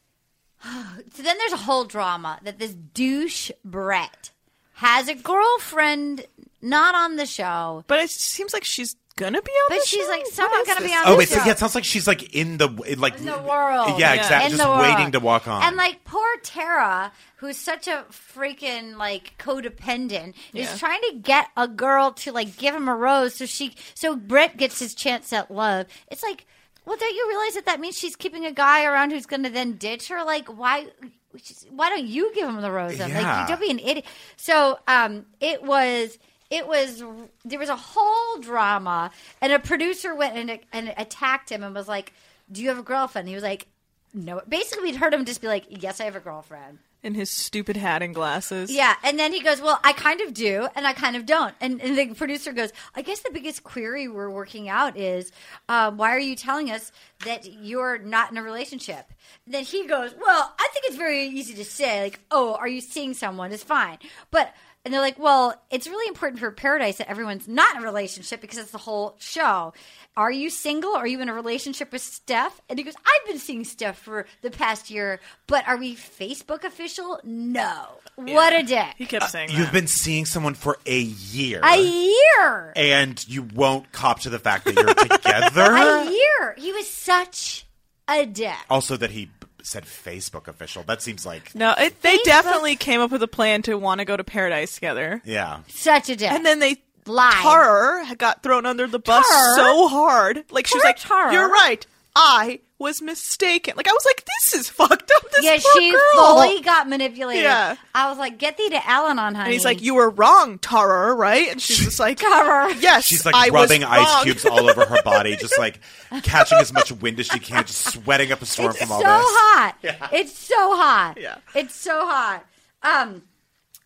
Speaker 1: so then there's a whole drama that this douche Brett has a girlfriend not on the show,
Speaker 5: But it seems like she's going to be on
Speaker 1: but
Speaker 5: the
Speaker 1: she's
Speaker 5: show?
Speaker 1: like
Speaker 5: What
Speaker 1: somehow
Speaker 5: is
Speaker 1: gonna be
Speaker 5: this?
Speaker 1: on
Speaker 2: Oh,
Speaker 1: the
Speaker 2: wait.
Speaker 1: show.
Speaker 2: So, yeah, it sounds like she's like in the in, like
Speaker 1: In the world.
Speaker 2: Yeah,
Speaker 1: In
Speaker 2: exactly.
Speaker 1: the
Speaker 2: Just
Speaker 1: world.
Speaker 2: waiting to walk on.
Speaker 1: And like poor Tara, who's such a freaking like codependent,
Speaker 5: Yeah.
Speaker 1: is trying to get a girl to like give him a rose so she so Brett gets his chance at love. It's like, well, don't you realize that that means she's keeping a guy around who's going to then ditch her? Like, why? which is- Why don't you give him the rose? then? Like,
Speaker 2: Yeah.
Speaker 1: you don't be an idiot. So, um, it was. It was there was a whole drama, and a producer went and, and attacked him and was like, "Do you have a girlfriend?" He was like, no. Basically, we'd heard him just be like, "Yes, I have a girlfriend."
Speaker 5: In his stupid hat and glasses.
Speaker 1: Yeah, and then he goes, "Well, I kind of do, and I kind of don't." And, and the producer goes, "I guess the biggest query we're working out is um, why are you telling us that you're not in a relationship?" And then he goes, "Well, I think it's very easy to say, like, oh, are you seeing someone? It's fine, but." And they're like, well, it's really important for Paradise that everyone's not in a relationship because it's the whole show. Are you single? Are you in a relationship with Steph? And he goes, I've been seeing Steph for the past year, but are we Facebook official? No. What a
Speaker 5: He
Speaker 1: dick.
Speaker 5: kept saying
Speaker 2: Uh, You've
Speaker 5: that.
Speaker 2: been seeing someone for a year.
Speaker 1: A year.
Speaker 2: and you won't cop to the fact that you're together.
Speaker 1: A year. He was such a dick.
Speaker 2: Also, that he b- said Facebook official. That seems like
Speaker 5: no, it, they
Speaker 1: Facebook-
Speaker 5: definitely came up with a plan to want to go to paradise together.
Speaker 2: yeah.
Speaker 1: Such a dick.
Speaker 5: And then they
Speaker 1: Lied.
Speaker 5: Tar got thrown under the bus
Speaker 1: Tar?
Speaker 5: so hard. Like she was
Speaker 1: Poor
Speaker 5: like,
Speaker 1: Tar.
Speaker 5: "You're right. I was mistaken." Like I was like, "This is fucked up." This
Speaker 1: yeah,
Speaker 5: poor
Speaker 1: she
Speaker 5: girl.
Speaker 1: fully got manipulated.
Speaker 5: Yeah.
Speaker 1: I was like, get thee to Al Anon, honey.
Speaker 5: And he's like, "You were wrong, Tarer, right?" And she's just like,
Speaker 1: Tar.
Speaker 5: Yes,
Speaker 2: She's like
Speaker 5: I was
Speaker 2: rubbing ice
Speaker 5: wrong."
Speaker 2: cubes all over her body, just like catching as much wind as she can, just sweating up a storm
Speaker 1: it's
Speaker 2: from
Speaker 1: so
Speaker 2: all this.
Speaker 1: hot. It's so hot.
Speaker 5: Yeah.
Speaker 1: It's so hot. Um,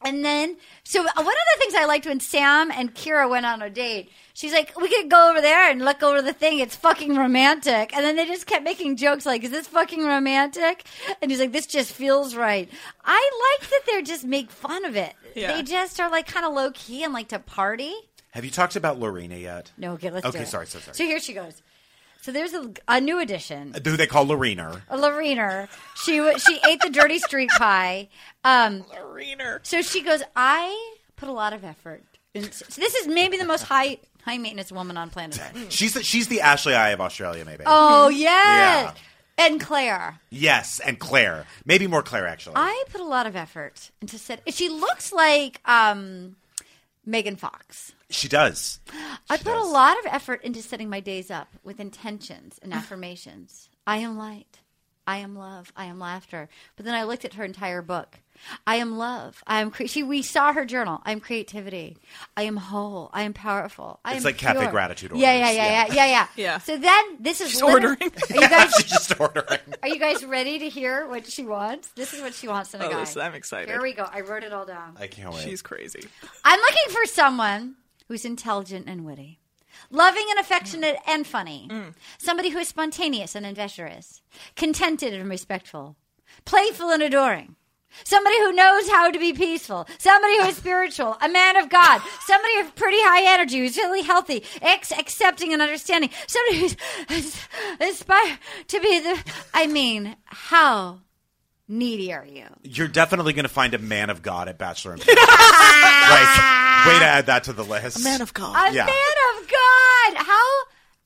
Speaker 1: and then, so one of the things I liked when Sam and Kira went on a date, she's like, "We could go over there and look over the thing. It's fucking romantic." And then they just kept making jokes like, "Is this fucking romantic?" And he's like, "This just feels right." I like that they're just make fun of it.
Speaker 5: Yeah.
Speaker 1: They just are like kind of low key and like to party.
Speaker 2: Have you talked about Lorena yet?
Speaker 1: No, okay, let's do
Speaker 2: Okay,
Speaker 1: it.
Speaker 2: sorry, sorry, sorry.
Speaker 1: So here she goes. So there's a, a new edition.
Speaker 2: Who they call Lorena?
Speaker 1: Lorena. She wa- she ate the dirty street pie. Um, So she goes. I put a lot of effort. in- so this is maybe the most high high maintenance woman on planet Earth.
Speaker 2: She's the, she's the Ashley I of Australia, maybe.
Speaker 1: Oh yes. And Claire,
Speaker 2: Yes, and Claire. Maybe more Claire actually.
Speaker 1: I put a lot of effort into said. She looks like um, Megan Fox.
Speaker 2: she does.
Speaker 1: I put a lot of effort into setting my days up with intentions
Speaker 2: Ah.
Speaker 1: and affirmations. I am light. I am love. I am laughter. But then I looked at her entire book. I am love. I am cre- she, we saw her journal. I am creativity. I am whole. I am powerful. I
Speaker 2: It's
Speaker 1: am
Speaker 2: like Cafe
Speaker 1: pure.
Speaker 2: Gratitude
Speaker 1: Yeah, yeah,
Speaker 2: orders.
Speaker 1: yeah, yeah, yeah, yeah.
Speaker 5: Yeah.
Speaker 1: So then this is
Speaker 5: She's
Speaker 1: liter-
Speaker 5: ordering.
Speaker 1: Are you guys
Speaker 2: She's just ordering.
Speaker 1: are you guys ready to hear what she wants? This is what she wants in a
Speaker 5: Oh,
Speaker 1: guy.
Speaker 5: this- I'm excited.
Speaker 1: Here we go. I wrote it all down.
Speaker 2: I can't wait.
Speaker 5: She's crazy.
Speaker 1: I'm looking for someone who's intelligent and witty, loving and affectionate and funny, somebody who is spontaneous and adventurous, contented and respectful, playful and adoring. Somebody who knows how to be peaceful. Somebody who is spiritual. A man of God. Somebody with pretty high energy, who's really healthy, ex- accepting and understanding. Somebody who's who's inspired to be the. I mean, how needy are you?
Speaker 2: You're definitely going to find a man of God at Bachelor and Paradise. like, way to add that to the list.
Speaker 5: Man of God.
Speaker 1: A
Speaker 2: Yeah.
Speaker 1: man of God. How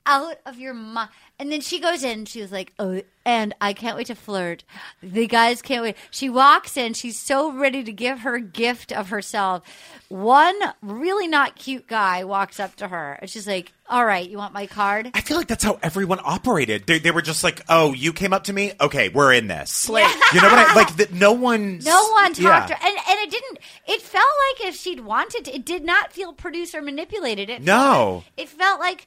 Speaker 1: out of your mind. And then she goes in. She was like, oh, and I can't wait to flirt. The guys can't wait. She walks in. She's so ready to give her gift of herself. One really not cute guy walks up to her. And she's like, all right, you want my card?
Speaker 2: I feel like that's how everyone operated. They, they were just like, "Oh, you came up to me. Okay, we're in this."
Speaker 5: Blake.
Speaker 2: You know what I like? That no one,
Speaker 1: No one talked
Speaker 2: yeah.
Speaker 1: to her. And, and it didn't, it felt like if she'd wanted to, it did not feel produced or manipulated. It
Speaker 2: No.
Speaker 1: It felt like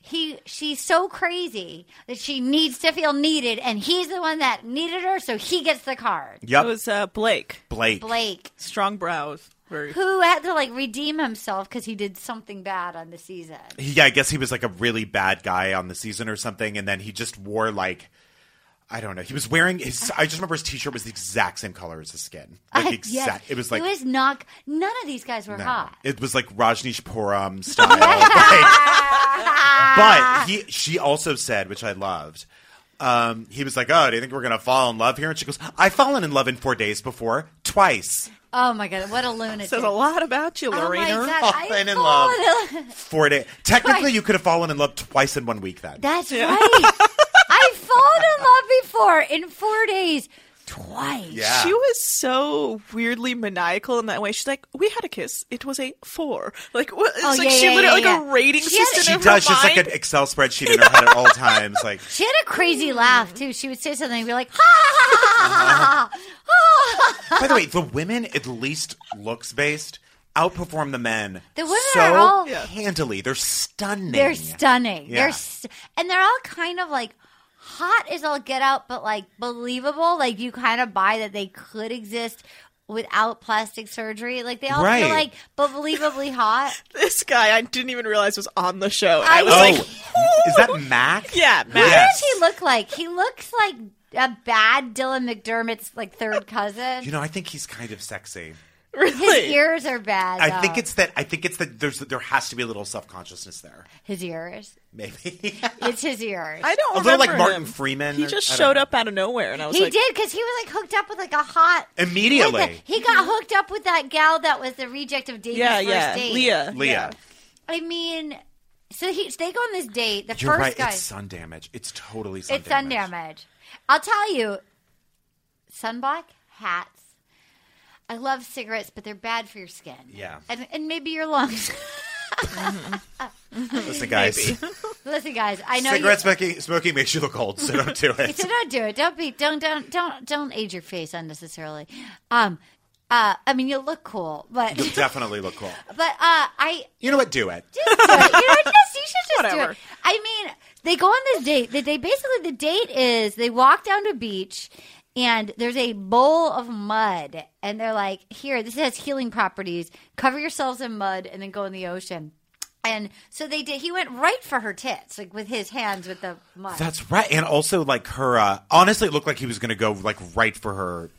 Speaker 1: he she's so crazy that she needs to feel needed and he's the one that needed her so he gets the card.
Speaker 2: Yep,
Speaker 5: It was uh, Blake.
Speaker 2: Blake.
Speaker 1: Blake
Speaker 5: Strong brows. Very.
Speaker 1: who had to like redeem himself cuz he did something bad on the season.
Speaker 2: He- Yeah, I guess he was like a really bad guy on the season or something, and then he just wore like. I don't know. He was wearing his. I just remember his T-shirt was the exact same color as his skin. Like
Speaker 1: I-
Speaker 2: exact.
Speaker 1: yes.
Speaker 2: It was like
Speaker 1: It was not none of these guys were hot.
Speaker 2: It was like Rajneesh Puram style. like- but he, she also said, which I loved. Um, he was like, "Oh, do you think we're gonna fall in love here?" And she goes, "I've fallen in love in four days before, twice.
Speaker 1: Oh my god, what a lunatic.
Speaker 5: Says a lot about you,
Speaker 1: Oh my
Speaker 5: Lorena.
Speaker 1: god, I
Speaker 2: Fallen in
Speaker 1: fall
Speaker 2: love.
Speaker 1: in love.
Speaker 2: Four days. Technically,
Speaker 1: Twice.
Speaker 2: you could have fallen in love twice in one week. Then
Speaker 1: That's right. I've fallen in love before in 4 days twice.
Speaker 2: yeah,
Speaker 5: She was so weirdly maniacal in that way. She's like, "We had a kiss. It was a four. Like, what? It's
Speaker 1: Oh,
Speaker 5: like
Speaker 1: yeah,
Speaker 5: she
Speaker 1: yeah,
Speaker 5: literally
Speaker 1: yeah,
Speaker 5: like
Speaker 1: yeah.
Speaker 5: a rating
Speaker 1: She had-
Speaker 5: system.
Speaker 2: she
Speaker 5: in her
Speaker 2: does. She's like
Speaker 5: mind.
Speaker 2: an Excel spreadsheet in her head at all times. Like
Speaker 1: She had a crazy
Speaker 2: Mm.
Speaker 1: laugh too. She would say something and be like, ha ha ha, ha ha ha.
Speaker 2: By the way, the women, at least looks based, outperform the men.
Speaker 1: The women
Speaker 2: so
Speaker 1: are all- Yeah.
Speaker 2: handily. They're stunning.
Speaker 1: They're stunning.
Speaker 2: Yeah.
Speaker 1: They're st- and they're all kind of like hot as all get out, but like believable. Like you kind of buy that they could exist without plastic surgery. Like they all feel
Speaker 2: Right.
Speaker 1: like believably hot.
Speaker 5: this guy I didn't even realize was on the show. And
Speaker 1: I
Speaker 5: I was
Speaker 2: Oh,
Speaker 5: like,
Speaker 2: is that Mac?
Speaker 5: yeah,
Speaker 1: What
Speaker 5: Matt.
Speaker 2: Yes.
Speaker 1: does he look like? He looks like a bad Dylan McDermott's like third cousin.
Speaker 2: You know, I think he's kind of sexy.
Speaker 1: his
Speaker 5: Really?
Speaker 1: ears are bad.
Speaker 2: I think
Speaker 1: though.
Speaker 2: it's that. I think it's that. There's there has to be a little self consciousness there.
Speaker 1: his ears.
Speaker 2: Maybe
Speaker 1: It's his ears.
Speaker 5: I don't
Speaker 2: a little like
Speaker 5: remember
Speaker 2: Martin
Speaker 5: him.
Speaker 2: Freeman.
Speaker 5: He
Speaker 2: or-
Speaker 5: just
Speaker 2: I don't
Speaker 5: showed
Speaker 2: know.
Speaker 5: up out of nowhere, and I was
Speaker 1: He
Speaker 5: like,
Speaker 1: did because he was like hooked up with like a hot.
Speaker 2: Immediately.
Speaker 1: with a- he got hooked up with that gal that was the reject of David's
Speaker 5: "Yeah,
Speaker 1: first
Speaker 5: yeah,
Speaker 1: date.
Speaker 5: Leah,
Speaker 2: Leah.
Speaker 1: I mean, so he, they go on this date. The
Speaker 2: You're
Speaker 1: first
Speaker 2: right.
Speaker 1: guy,
Speaker 2: It's sun damage. It's totally sun
Speaker 1: it's sun damage. I'll tell you, sunblock hats. I love cigarettes, but they're bad for your skin.
Speaker 2: Yeah.
Speaker 1: and, and maybe your lungs.
Speaker 2: Listen, guys.
Speaker 1: Listen, guys, I know
Speaker 2: Cigarette
Speaker 1: You,
Speaker 2: smoking, smoking makes you look old, so don't do it.
Speaker 1: so don't do it. Don't be. Don't don't don't don't age your face unnecessarily. Um, uh, I mean, you'll look cool, but
Speaker 2: You'll definitely look cool.
Speaker 1: but uh, I
Speaker 2: You know what? Do it.
Speaker 1: do it. You know, just you should just do
Speaker 5: Whatever.
Speaker 1: it. I mean, they go on this date. The they basically the date is they walk down to a beach and there's a bowl of mud and they're like, "Here, this has healing properties. Cover yourselves in mud and then go in the ocean." And so they did. He went right for her tits, like with his hands with the mud.
Speaker 2: That's right. And also, like her, uh, honestly, it looked like he was going to go like right for her,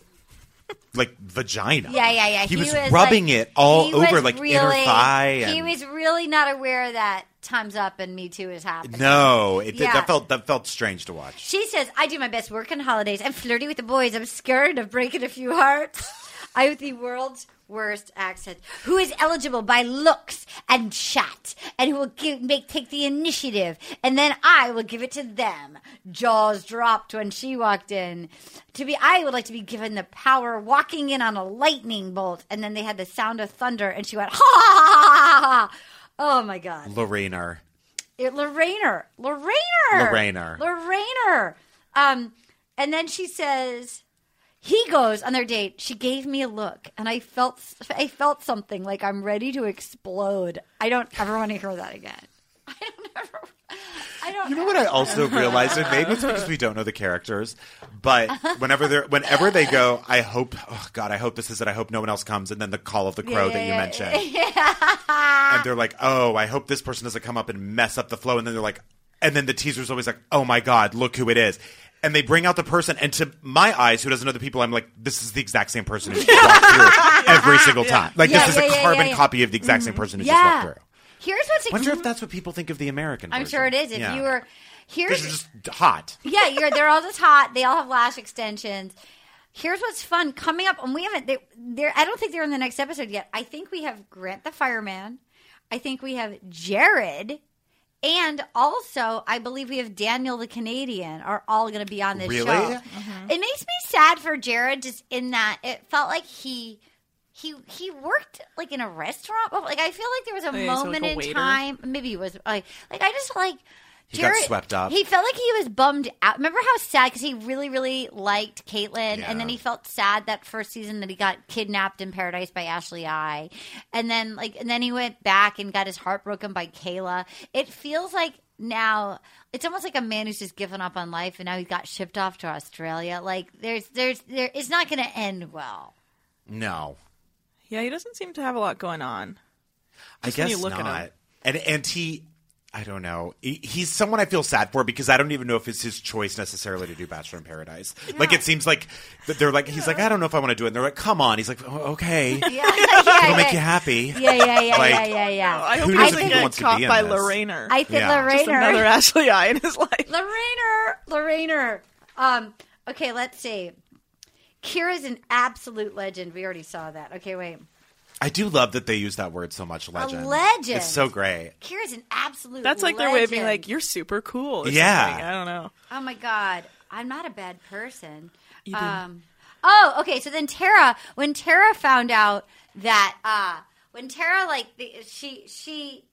Speaker 2: like vagina.
Speaker 1: yeah, yeah, yeah.
Speaker 2: He, was, rubbing
Speaker 1: like-
Speaker 2: it all
Speaker 1: he
Speaker 2: over,
Speaker 1: was
Speaker 2: like
Speaker 1: really,
Speaker 2: inner thigh.
Speaker 1: He
Speaker 2: and-
Speaker 1: was really not aware that times up and Me Too is happening.
Speaker 2: no, it did,
Speaker 1: Yeah.
Speaker 2: that felt that felt strange to watch.
Speaker 1: She says, I do my best work on holidays. I'm flirty with the boys. I'm scared of breaking a few hearts. I have the world's worst accent. Who is eligible by looks and chat and who will give, make, take the initiative and then I will give it to them. Jaws dropped when she walked in. To be, I would like to be given the power walking in on a lightning bolt. And then they had the sound of thunder and she went, ha ha ha ha ha. Oh my God.
Speaker 2: Lorena,
Speaker 1: It, Lorrainer. Lorrainer.
Speaker 2: Lorrainer.
Speaker 1: Lorrainer. Um, and then she says, he goes on their date. She gave me a look, and I felt I felt something like I'm ready to explode. I don't ever want to hear that again. I don't ever. I don't.
Speaker 2: You know what I also realized, and maybe it's because we don't know the characters, but whenever they are whenever they go, I hope, oh God, I hope this is it. I hope no one else comes, and then the call of the crow that you mentioned, and they're like, oh, I hope this person doesn't come up and mess up the flow, and then they're like, and then the teaser's always like, oh my God, look who it is. And they bring out the person, and to my eyes, who doesn't know the people, I'm like, this is the exact same person who just walked through every single time. Like
Speaker 1: Yeah,
Speaker 2: this
Speaker 1: yeah,
Speaker 2: is
Speaker 1: yeah,
Speaker 2: a carbon
Speaker 1: yeah, yeah.
Speaker 2: copy of the exact same person who
Speaker 1: yeah.
Speaker 2: just walked through.
Speaker 1: Here's what's.
Speaker 2: Wonder
Speaker 1: ex-
Speaker 2: if that's what people think of the American.
Speaker 1: I'm
Speaker 2: version.
Speaker 1: sure it is. If
Speaker 2: Yeah.
Speaker 1: you were. Here's
Speaker 2: This is just hot.
Speaker 1: Yeah, you're, they're all just hot. They all have lash extensions. Here's what's fun coming up, and we haven't. They, they're, I don't think they're in the next episode yet. I think we have Grant the fireman. I think we have Jared, And also, I believe we have Daniel the Canadian are all going to be on this
Speaker 2: Really?
Speaker 1: show. It makes me sad for Jared just in that it felt like he he he worked like in a restaurant. before. Like I feel like there was a
Speaker 5: Yeah, he's like
Speaker 1: moment
Speaker 5: a
Speaker 1: in
Speaker 5: waiter.
Speaker 1: time. Maybe he was like like I just like
Speaker 2: He got swept up.
Speaker 1: He felt like he was bummed out. Remember how sad because he really really liked Caitlyn,
Speaker 2: Yeah.
Speaker 1: and then he felt sad that first season that he got kidnapped in Paradise by Ashley I, and then like and then he went back and got his heart broken by Kayla. It feels like now it's almost like a man who's just given up on life and now he got shipped off to Australia. Like there's there's there it's not going to end well.
Speaker 2: No,
Speaker 5: Yeah, he doesn't seem to have a lot going on.
Speaker 2: I
Speaker 5: when
Speaker 2: guess
Speaker 5: you look at
Speaker 2: not.
Speaker 5: him.
Speaker 2: And and he, I don't know. He- He's someone I feel sad for because I don't even know if it's his choice necessarily to do Bachelor in Paradise. Like it seems like that they're like he's like I don't know if I want to do it. And they're like, come on. He's like, oh, okay, it'll
Speaker 1: Yeah, yeah, yeah,
Speaker 2: make you happy.
Speaker 1: yeah, yeah, yeah,
Speaker 2: Like-
Speaker 1: yeah, yeah, yeah.
Speaker 5: I hope
Speaker 2: Who
Speaker 5: he
Speaker 2: doesn't
Speaker 5: doesn't
Speaker 1: think
Speaker 5: get
Speaker 2: wants to
Speaker 5: caught
Speaker 2: be in
Speaker 5: by
Speaker 2: this?
Speaker 5: Lorrainer.
Speaker 1: I think
Speaker 2: Yeah.
Speaker 5: Just another
Speaker 1: Lorrainer,
Speaker 5: Ashley Eye in his life.
Speaker 1: Lorrainer, Lorrainer. Um, okay, let's see. Kira's an absolute legend. We already saw that. Okay, wait.
Speaker 2: I do love that they use that word so much. Legend.
Speaker 1: legend.
Speaker 2: It's so great.
Speaker 1: Kira's an absolute.
Speaker 5: That's like their way of being
Speaker 1: legend.
Speaker 5: like, "You're super cool." or
Speaker 2: Yeah.
Speaker 5: something. I don't know.
Speaker 1: Oh my god, I'm not a bad person. Um, oh, okay. So then Tara, when Tara found out that, uh, when Tara like the, she she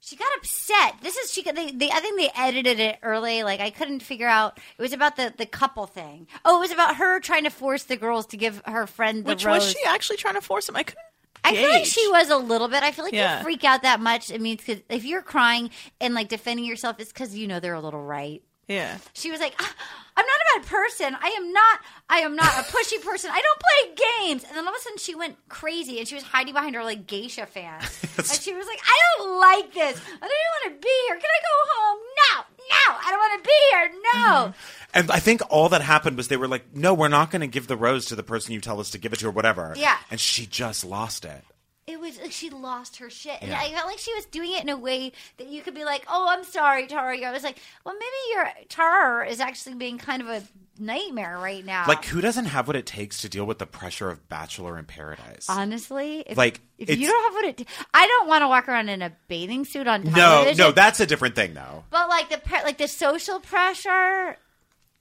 Speaker 1: she got upset. This is she. They, they I think they edited it early. Like I couldn't figure out. It was about the the couple thing. Oh, it was about her trying to force the girls to give her friend the
Speaker 5: Which
Speaker 1: rose.
Speaker 5: was she actually trying to force him? I couldn't.
Speaker 1: I feel like
Speaker 5: gauge.
Speaker 1: she was a little bit. I feel like
Speaker 5: Yeah.
Speaker 1: you freak out that much. It means because if you're crying and like defending yourself, it's because you know they're a little right.
Speaker 5: Yeah.
Speaker 1: She was like, "Ah, I'm not a bad person. I am not. I am not a pushy person. I don't play games. And then all of a sudden, she went crazy and she was hiding behind her like geisha fan. and she was like, I don't like this. I don't want to be here. Can I go home now? No, I don't want to be here. No.
Speaker 2: And I think all that happened was they were like, no, we're not going to give the rose to the person you tell us to give it to or whatever.
Speaker 1: Yeah.
Speaker 2: And she just lost it.
Speaker 1: It was like she lost her shit. And
Speaker 2: Yeah.
Speaker 1: I felt like she was doing it in a way that you could be like, oh, I'm sorry, Tara. I was like, well, maybe your Tara is actually being kind of a nightmare right now.
Speaker 2: Like, who doesn't have what it takes to deal with the pressure of Bachelor in Paradise?
Speaker 1: Uh, Honestly, if,
Speaker 2: Like,
Speaker 1: if
Speaker 2: it's-
Speaker 1: you don't have what it, t- I don't want to walk around in a bathing suit on
Speaker 2: no,
Speaker 1: television.
Speaker 2: no, that's a different thing, though.
Speaker 1: But like the pre- like the social pressure,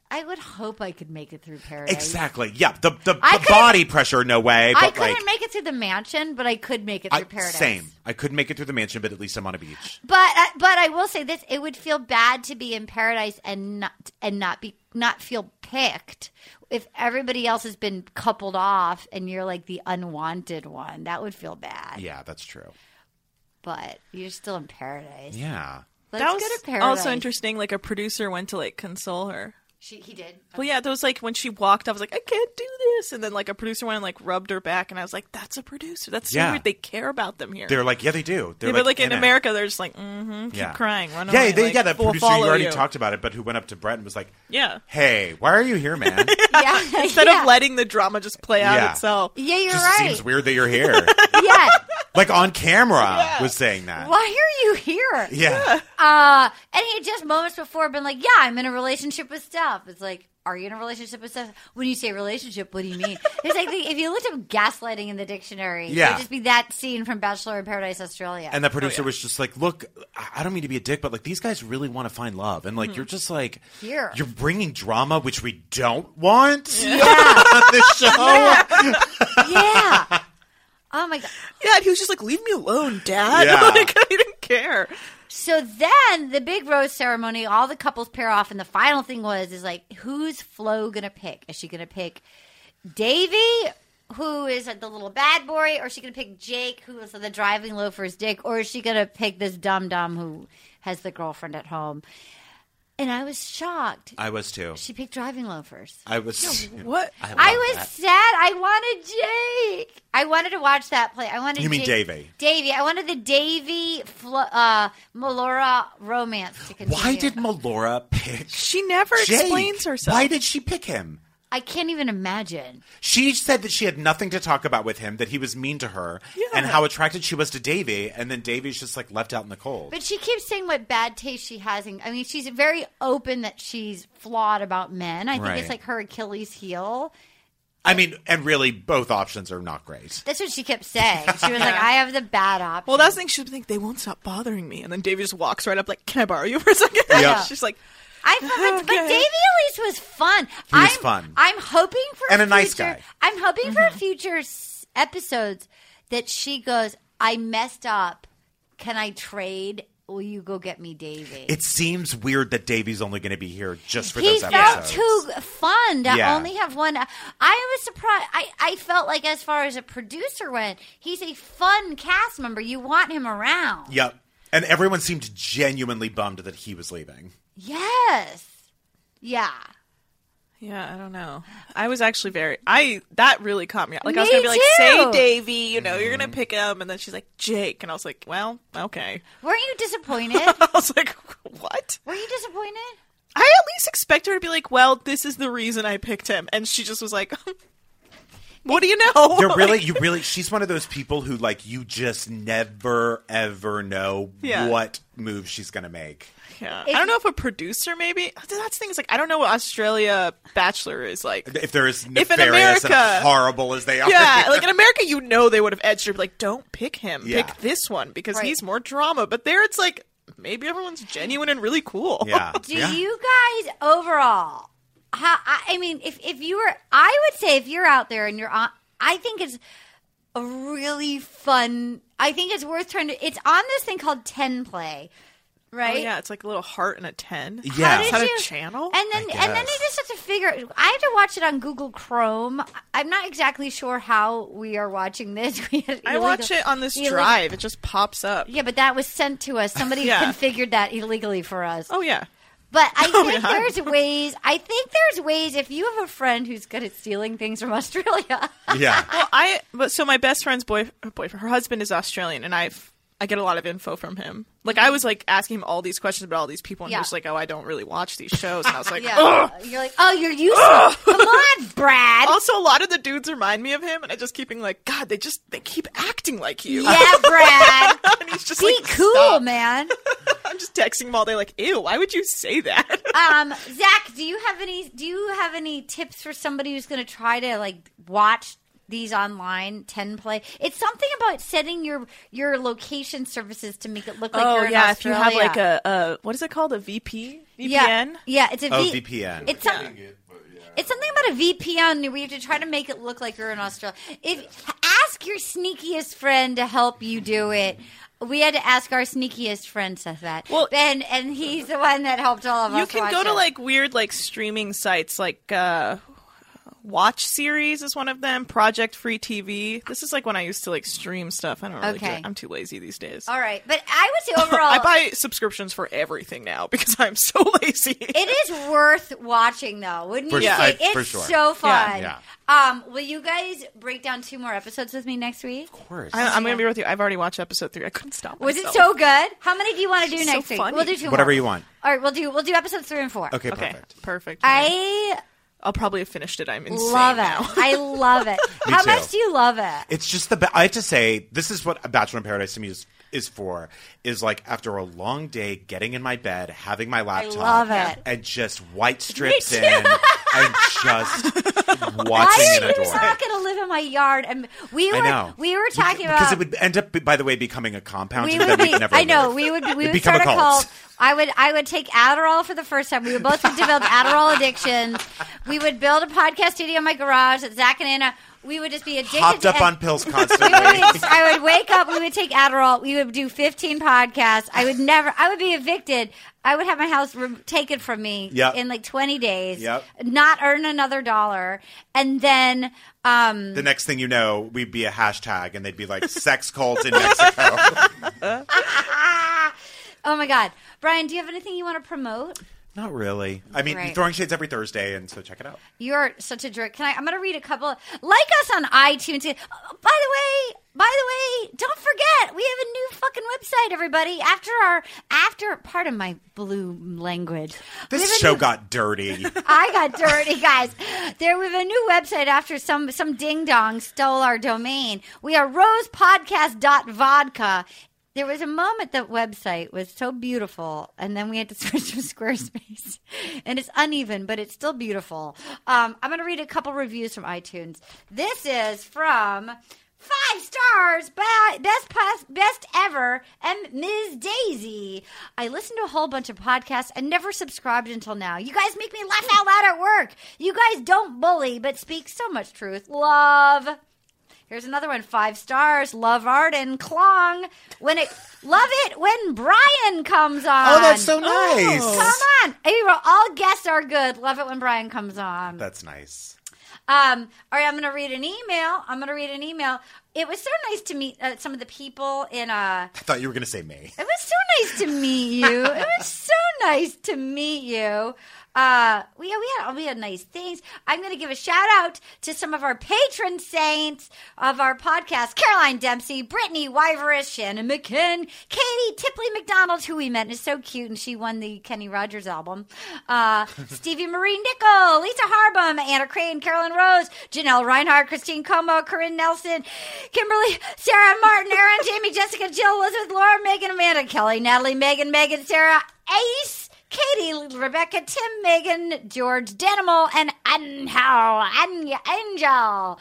Speaker 1: I would hope I could make it through paradise.
Speaker 2: Exactly. Yeah. The, the,
Speaker 1: I
Speaker 2: the
Speaker 1: couldn't-
Speaker 2: body pressure, no way. But
Speaker 1: I couldn't
Speaker 2: like,
Speaker 1: make it through the mansion, but I could make it
Speaker 2: I-
Speaker 1: through paradise.
Speaker 2: same. I couldn't make it through the mansion, but at least I'm on a beach.
Speaker 1: But I- but I will say this: it would feel bad to be in paradise and not and not be not feel picked if everybody else has been coupled off and you're like the unwanted one. That would feel bad.
Speaker 2: Yeah, that's true.
Speaker 1: But you're still in paradise.
Speaker 2: Yeah.
Speaker 1: Let's
Speaker 5: that was
Speaker 1: go to paradise.
Speaker 5: also interesting. Like a producer went to like console her.
Speaker 1: She, he did.
Speaker 5: Well, yeah, that was like when she walked. I was like, I can't do this. And then like a producer went and like rubbed her back, and I was like, that's a producer. That's so
Speaker 2: Yeah.
Speaker 5: weird. They care about them here.
Speaker 2: They're like, yeah, they do. They're
Speaker 5: Yeah, but like in,
Speaker 2: it.
Speaker 5: America, they're just like, mm-hmm, keep
Speaker 2: Yeah.
Speaker 5: crying, run
Speaker 2: yeah,
Speaker 5: away.
Speaker 2: They,
Speaker 5: like,
Speaker 2: yeah, that
Speaker 5: we'll
Speaker 2: producer you
Speaker 5: follow
Speaker 2: already talked about it, but who went up to Brett and was like,
Speaker 5: Yeah.
Speaker 2: hey, why are you here, man?
Speaker 1: Yeah.
Speaker 5: Instead
Speaker 1: Yeah.
Speaker 5: of letting the drama just play out
Speaker 2: Yeah.
Speaker 5: itself.
Speaker 1: Yeah, you're
Speaker 2: just
Speaker 1: right.
Speaker 2: seems weird that you're here.
Speaker 1: yeah.
Speaker 2: like on camera was saying that.
Speaker 1: Why are you here?
Speaker 2: Yeah.
Speaker 1: Uh, and he had just moments before been like, yeah, I'm in a relationship with Steph. It's like, are you in a relationship with Steph? When you say relationship, what do you mean? it's like the, if you looked up gaslighting in the dictionary, it
Speaker 2: Yeah.
Speaker 1: would just be that scene from Bachelor in Paradise, Australia.
Speaker 2: And the producer was just like, "Look, I I don't mean to be a dick, but like these guys really want to find love, and like you're just like
Speaker 1: Mm-hmm. Here.
Speaker 2: you're bringing drama, which we don't want
Speaker 1: yeah,
Speaker 2: on this show."
Speaker 1: yeah. Oh my god.
Speaker 5: Yeah, and he was just like, leave me alone, dad.
Speaker 2: Yeah.
Speaker 5: like, I didn't care.
Speaker 1: So then the big rose ceremony, all the couples pair off, and the final thing was is like, who's Flo gonna pick? Is she gonna pick Davy, who is like, the little bad boy, or is she gonna pick Jake, who is the driving loafer's dick, or is she gonna pick this dum dum who has the girlfriend at home? And I was shocked.
Speaker 2: I was too.
Speaker 1: She picked driving loafers.
Speaker 2: I was.
Speaker 5: What?
Speaker 2: I, love
Speaker 1: I was
Speaker 2: that.
Speaker 1: sad. I wanted Jake. I wanted to watch that play. I wanted.
Speaker 2: You mean
Speaker 1: Jake-
Speaker 2: Davey.
Speaker 1: Davey. I wanted the Davey Flo- uh, Melora romance to continue.
Speaker 2: Why did Melora pick?
Speaker 5: She never
Speaker 2: Jake?
Speaker 5: explains herself.
Speaker 2: Why did she pick him?
Speaker 1: I can't even imagine.
Speaker 2: She said that she had nothing to talk about with him, that he was mean to her, and how attracted she was to Davy, and then Davy's just like left out in the cold.
Speaker 1: But she keeps saying what bad taste she has. In, I mean, she's very open that she's flawed about men. I think
Speaker 2: Right.
Speaker 1: it's like her Achilles heel.
Speaker 2: I mean, and really, both options are not great.
Speaker 1: That's what she kept saying. She was like, I have the bad option.
Speaker 5: Well, that's the thing. She'll be like, they won't stop bothering me. And then Davy just walks right up, like, can I borrow you for a second?
Speaker 2: Yeah.
Speaker 5: She's like,
Speaker 1: I forgot, but
Speaker 5: Okay.
Speaker 1: Davy Elise was fun.
Speaker 2: He was
Speaker 1: I'm,
Speaker 2: fun.
Speaker 1: I'm hoping for
Speaker 2: And a nice
Speaker 1: future-
Speaker 2: guy.
Speaker 1: I'm hoping for future s- episodes that she goes, "I messed up. Can I trade? Will you go get me Davy?"
Speaker 2: It seems weird that Davey's only going to be here just for
Speaker 1: he
Speaker 2: those
Speaker 1: felt
Speaker 2: episodes.
Speaker 1: too fun to
Speaker 2: Yeah.
Speaker 1: only have one. I was surprised. I, I felt like, as far as a producer went, he's a fun cast member. You want him around.
Speaker 2: Yep. And everyone seemed genuinely bummed that he was leaving.
Speaker 1: Yes. Yeah.
Speaker 5: yeah, I don't know. I was actually very, I, that really caught me out. Like, I was
Speaker 1: Me
Speaker 5: going to be like,
Speaker 1: too.
Speaker 5: say Davy, you know, you're going to pick him. And then she's like, Jake. And I was like, well, okay.
Speaker 1: Weren't you disappointed?
Speaker 5: I was like, what?
Speaker 1: Were you disappointed?
Speaker 5: I at least expect her to be like, well, this is the reason I picked him. And she just was like, what do you know?
Speaker 2: They're really,
Speaker 5: Like,
Speaker 2: you really, she's one of those people who, like, you just never, ever know
Speaker 5: Yeah.
Speaker 2: what move she's going to make.
Speaker 5: yeah. I don't know if a producer maybe. That's the thing. Is like, I don't know what Australia Bachelor is like.
Speaker 2: If they're as
Speaker 5: If in
Speaker 2: nefarious
Speaker 5: America-
Speaker 2: and horrible as they are.
Speaker 5: Yeah, like in America, you know they would have edged her. be Like, don't pick him.
Speaker 2: Yeah.
Speaker 5: Pick this one because
Speaker 1: Right.
Speaker 5: he's more drama. But there, it's like maybe everyone's genuine and really cool.
Speaker 2: yeah.
Speaker 1: Do
Speaker 2: Yeah.
Speaker 1: you guys overall? How, I, I mean, if if you were, I would say if you're out there and you're on, I think it's a really fun. I think it's worth trying to. It's on this thing called Ten Play,
Speaker 5: Oh,
Speaker 1: right?
Speaker 5: yeah. It's like a little heart and a ten.
Speaker 2: Yeah. How
Speaker 5: is
Speaker 2: did
Speaker 5: that
Speaker 1: you-
Speaker 5: a channel?
Speaker 1: And then
Speaker 2: I
Speaker 1: and then you
Speaker 2: guess.
Speaker 1: just have to figure. I had to watch it on Google Chrome. I'm not exactly sure how we are watching this. We had
Speaker 5: I
Speaker 1: illegal-
Speaker 5: watch it on this
Speaker 1: illegal-
Speaker 5: drive. It just pops up.
Speaker 1: Yeah, but that was sent to us. Somebody
Speaker 5: Yeah.
Speaker 1: configured that illegally for us.
Speaker 5: Oh yeah.
Speaker 1: But I
Speaker 5: Oh,
Speaker 1: think
Speaker 5: yeah.
Speaker 1: there's ways. I think there's ways if you have a friend who's good at stealing things from Australia.
Speaker 2: Yeah.
Speaker 5: Well, I but so my best friend's boy her boyfriend, her husband is Australian, and I've I get a lot of info from him. Like I was like asking him all these questions about all these people, and
Speaker 1: Yeah.
Speaker 5: he was like, "Oh, I don't really watch these shows," and I was like,
Speaker 1: Yeah,
Speaker 5: "Ugh."
Speaker 1: you're like, oh, you're useful. Come on, Brad.
Speaker 5: Also, a lot of the dudes remind me of him, and I just keep being like, "God, they just they keep acting like you."
Speaker 1: yeah, Brad.
Speaker 5: and he's just
Speaker 1: Be
Speaker 5: like,
Speaker 1: cool,
Speaker 5: "Stop."
Speaker 1: man.
Speaker 5: I'm just texting him all day, like, "Ew, why would you say that?"
Speaker 1: Um, Zach, do you have any? Do you have any tips for somebody who's going to try to like watch? These online ten play. It's something about setting your your location services to make it look like
Speaker 5: Oh,
Speaker 1: you're in Australia.
Speaker 5: a, a what is it called, a VP, VPN?
Speaker 1: Yeah, yeah, it's a
Speaker 2: Oh,
Speaker 1: V-
Speaker 2: VPN.
Speaker 1: It's some, It's something about a VPN where you have to try to make it look like you're in Australia. If ask your sneakiest friend to help you do it. We had to ask our sneakiest friend Seth that.
Speaker 5: Well-
Speaker 1: and and he's the one that helped all of us.
Speaker 5: you can
Speaker 1: watch
Speaker 5: go to
Speaker 1: it.
Speaker 5: like weird like streaming sites like uh watch series is one of them project free tv this is like when i used to like stream stuff i don't really
Speaker 1: Okay.
Speaker 5: do it. i'm too lazy these days
Speaker 1: all right, but I would say overall,
Speaker 5: i buy subscriptions for everything now because i'm so lazy
Speaker 1: it is worth watching though, wouldn't
Speaker 2: For
Speaker 1: you
Speaker 2: sure.
Speaker 1: say?
Speaker 2: I-
Speaker 1: it's
Speaker 2: for sure.
Speaker 1: so fun.
Speaker 2: Yeah.
Speaker 1: Um, will you guys break down two more episodes with me next week?
Speaker 5: I, i'm gonna be with you i've already watched episode three i couldn't stop
Speaker 1: Was it
Speaker 5: myself.
Speaker 1: so good? How many do you want to do
Speaker 5: It's so
Speaker 1: next week?
Speaker 5: funny.
Speaker 1: We'll do two.
Speaker 2: Whatever
Speaker 1: more.
Speaker 2: you want.
Speaker 1: All right, we'll do we'll do episodes three and four.
Speaker 2: Okay,
Speaker 5: okay
Speaker 2: perfect.
Speaker 5: perfect
Speaker 1: I
Speaker 5: i'll probably have finished it i'm insane
Speaker 1: love
Speaker 5: now.
Speaker 1: it. I love it.
Speaker 2: Me
Speaker 1: How
Speaker 2: too.
Speaker 1: much do you love it?
Speaker 2: It's just the. Ba- I have to say, this is what a Bachelor in Paradise to me is is for. Is like after a long day, getting in my bed, having my laptop,
Speaker 1: love it.
Speaker 2: and just white strips in, and just watching
Speaker 1: Why
Speaker 2: and
Speaker 1: are you
Speaker 2: adoring.
Speaker 1: not going to live in my yard? And we were
Speaker 2: I know.
Speaker 1: we were talking
Speaker 2: because
Speaker 1: about
Speaker 2: it would end up, by the way, becoming a compound
Speaker 1: we
Speaker 2: that
Speaker 1: would
Speaker 2: we'd
Speaker 1: be.
Speaker 2: never.
Speaker 1: I know
Speaker 2: leave.
Speaker 1: we would we
Speaker 2: It'd
Speaker 1: would
Speaker 2: become
Speaker 1: start a
Speaker 2: cult.
Speaker 1: cult. I would I would take Adderall for the first time. We would both develop Adderall addictions. We would build a podcast studio in my garage at Zach and Anna. We would just be addicted
Speaker 2: Hopped Hopped up
Speaker 1: to
Speaker 2: on pills
Speaker 1: We would
Speaker 2: constantly.
Speaker 1: be- I would wake up. We would take Adderall. We would do 15 podcasts. I would never. I would be evicted. I would have my house re- taken from me
Speaker 2: Yep.
Speaker 1: in like 20 days.
Speaker 2: Yep.
Speaker 1: Not earn another dollar, and then um,
Speaker 2: the next thing you know, we'd be a hashtag, and they'd be like "sex cult in Mexico."
Speaker 1: oh my god, Brian, do you have anything you want to promote?
Speaker 2: not really. I mean,
Speaker 1: Right.
Speaker 2: throwing shades every Thursday, and so check it out.
Speaker 1: You're such a jerk. Can I? I'm going to read a couple. Like us on iTunes. Oh, By the way, by the way, don't forget we have a new fucking website, everybody. After our after, pardon my blue language. We have
Speaker 2: This
Speaker 1: a
Speaker 2: show
Speaker 1: new-
Speaker 2: got dirty.
Speaker 1: I got dirty, guys. There we have a new website after some some ding dong stole our domain. We are rosepodcast.vodka. There was a moment that website was so beautiful, and then we had to switch to Squarespace, and it's uneven, but it's still beautiful. Um, I'm going to read a couple reviews from iTunes. This is from five stars, ba- best pos- best ever, and Ms. Daisy. I listened to a whole bunch of podcasts and never subscribed until now. You guys make me laugh out loud at work. You guys don't bully, but speak so much truth. Love. Here's another one. Five stars. Love Arden Klong. When it love it when Brian comes on.
Speaker 2: Oh, that's so nice.
Speaker 1: Come on, April. All guests are good. Love it when Brian comes on.
Speaker 2: That's nice.
Speaker 1: Um, all right, I'm going to read an email. I'm going to read an email. It was so nice to meet uh, some of the people in. Uh,
Speaker 2: I thought you were going to say May.
Speaker 1: it was so nice to meet you. It was so nice to meet you. Uh, we, we had we had nice things. I'm going to give a shout out to some of our patron saints of our podcast: Caroline Dempsey, Brittany Wyverish, Shannon McKinn, Katie Tipley McDonald, who we met and is so cute, and she won the Kenny Rogers album. Uh, Stevie Marie Nickel, Lisa Harbum, Anna Crane, Carolyn Rose, Janelle Reinhardt, Christine Como, Corinne Nelson, Kimberly, Sarah Martin, Aaron, Jamie, Jessica, Jill, Elizabeth, Laura, Megan, Amanda, Kelly, Natalie, Megan, Megan, Sarah, Ace. Katie, Rebecca, Tim, Megan, George, Danimal, and Angel, Anya, Angel.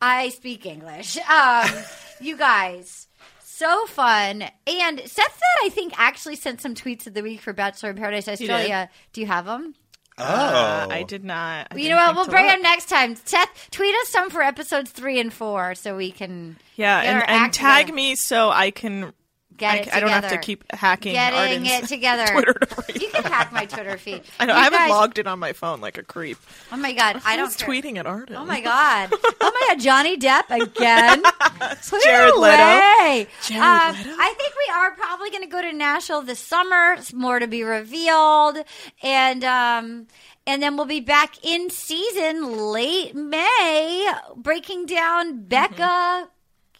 Speaker 1: I speak English. Um, you guys, so fun. And Seth said, I think, actually sent some tweets of the week for Bachelor in Paradise Australia. Do you have them?
Speaker 2: Oh,
Speaker 5: Uh, I did not. I
Speaker 1: you
Speaker 5: didn't
Speaker 1: know what?
Speaker 5: think
Speaker 1: We'll
Speaker 5: to
Speaker 1: bring
Speaker 5: look.
Speaker 1: them next time. Seth, tweet us some for episodes three and four so we can
Speaker 5: Yeah,
Speaker 1: get
Speaker 5: and,
Speaker 1: our
Speaker 5: and
Speaker 1: act
Speaker 5: tag
Speaker 1: together.
Speaker 5: me so I can.
Speaker 1: Get
Speaker 5: I,
Speaker 1: it
Speaker 5: I don't have to
Speaker 1: together.
Speaker 5: keep hacking
Speaker 1: Getting
Speaker 5: Arden's
Speaker 1: it together.
Speaker 5: Twitter to read
Speaker 1: You can hack my Twitter feed.
Speaker 5: I know.
Speaker 1: You
Speaker 5: I haven't
Speaker 1: guys-
Speaker 5: logged it on my phone like a creep.
Speaker 1: Oh my god! I don't
Speaker 5: Who's
Speaker 1: care.
Speaker 5: tweeting at Arden?
Speaker 1: Oh my god! Oh my god! Johnny Depp again. Put it
Speaker 5: Jared Leto.
Speaker 1: away.
Speaker 5: Jared
Speaker 1: Um,
Speaker 5: Leto?
Speaker 1: I think we are probably going to go to Nashville this summer. It's more to be revealed, and um, and then we'll be back in season late May, breaking
Speaker 5: Mm-hmm.
Speaker 1: down Becca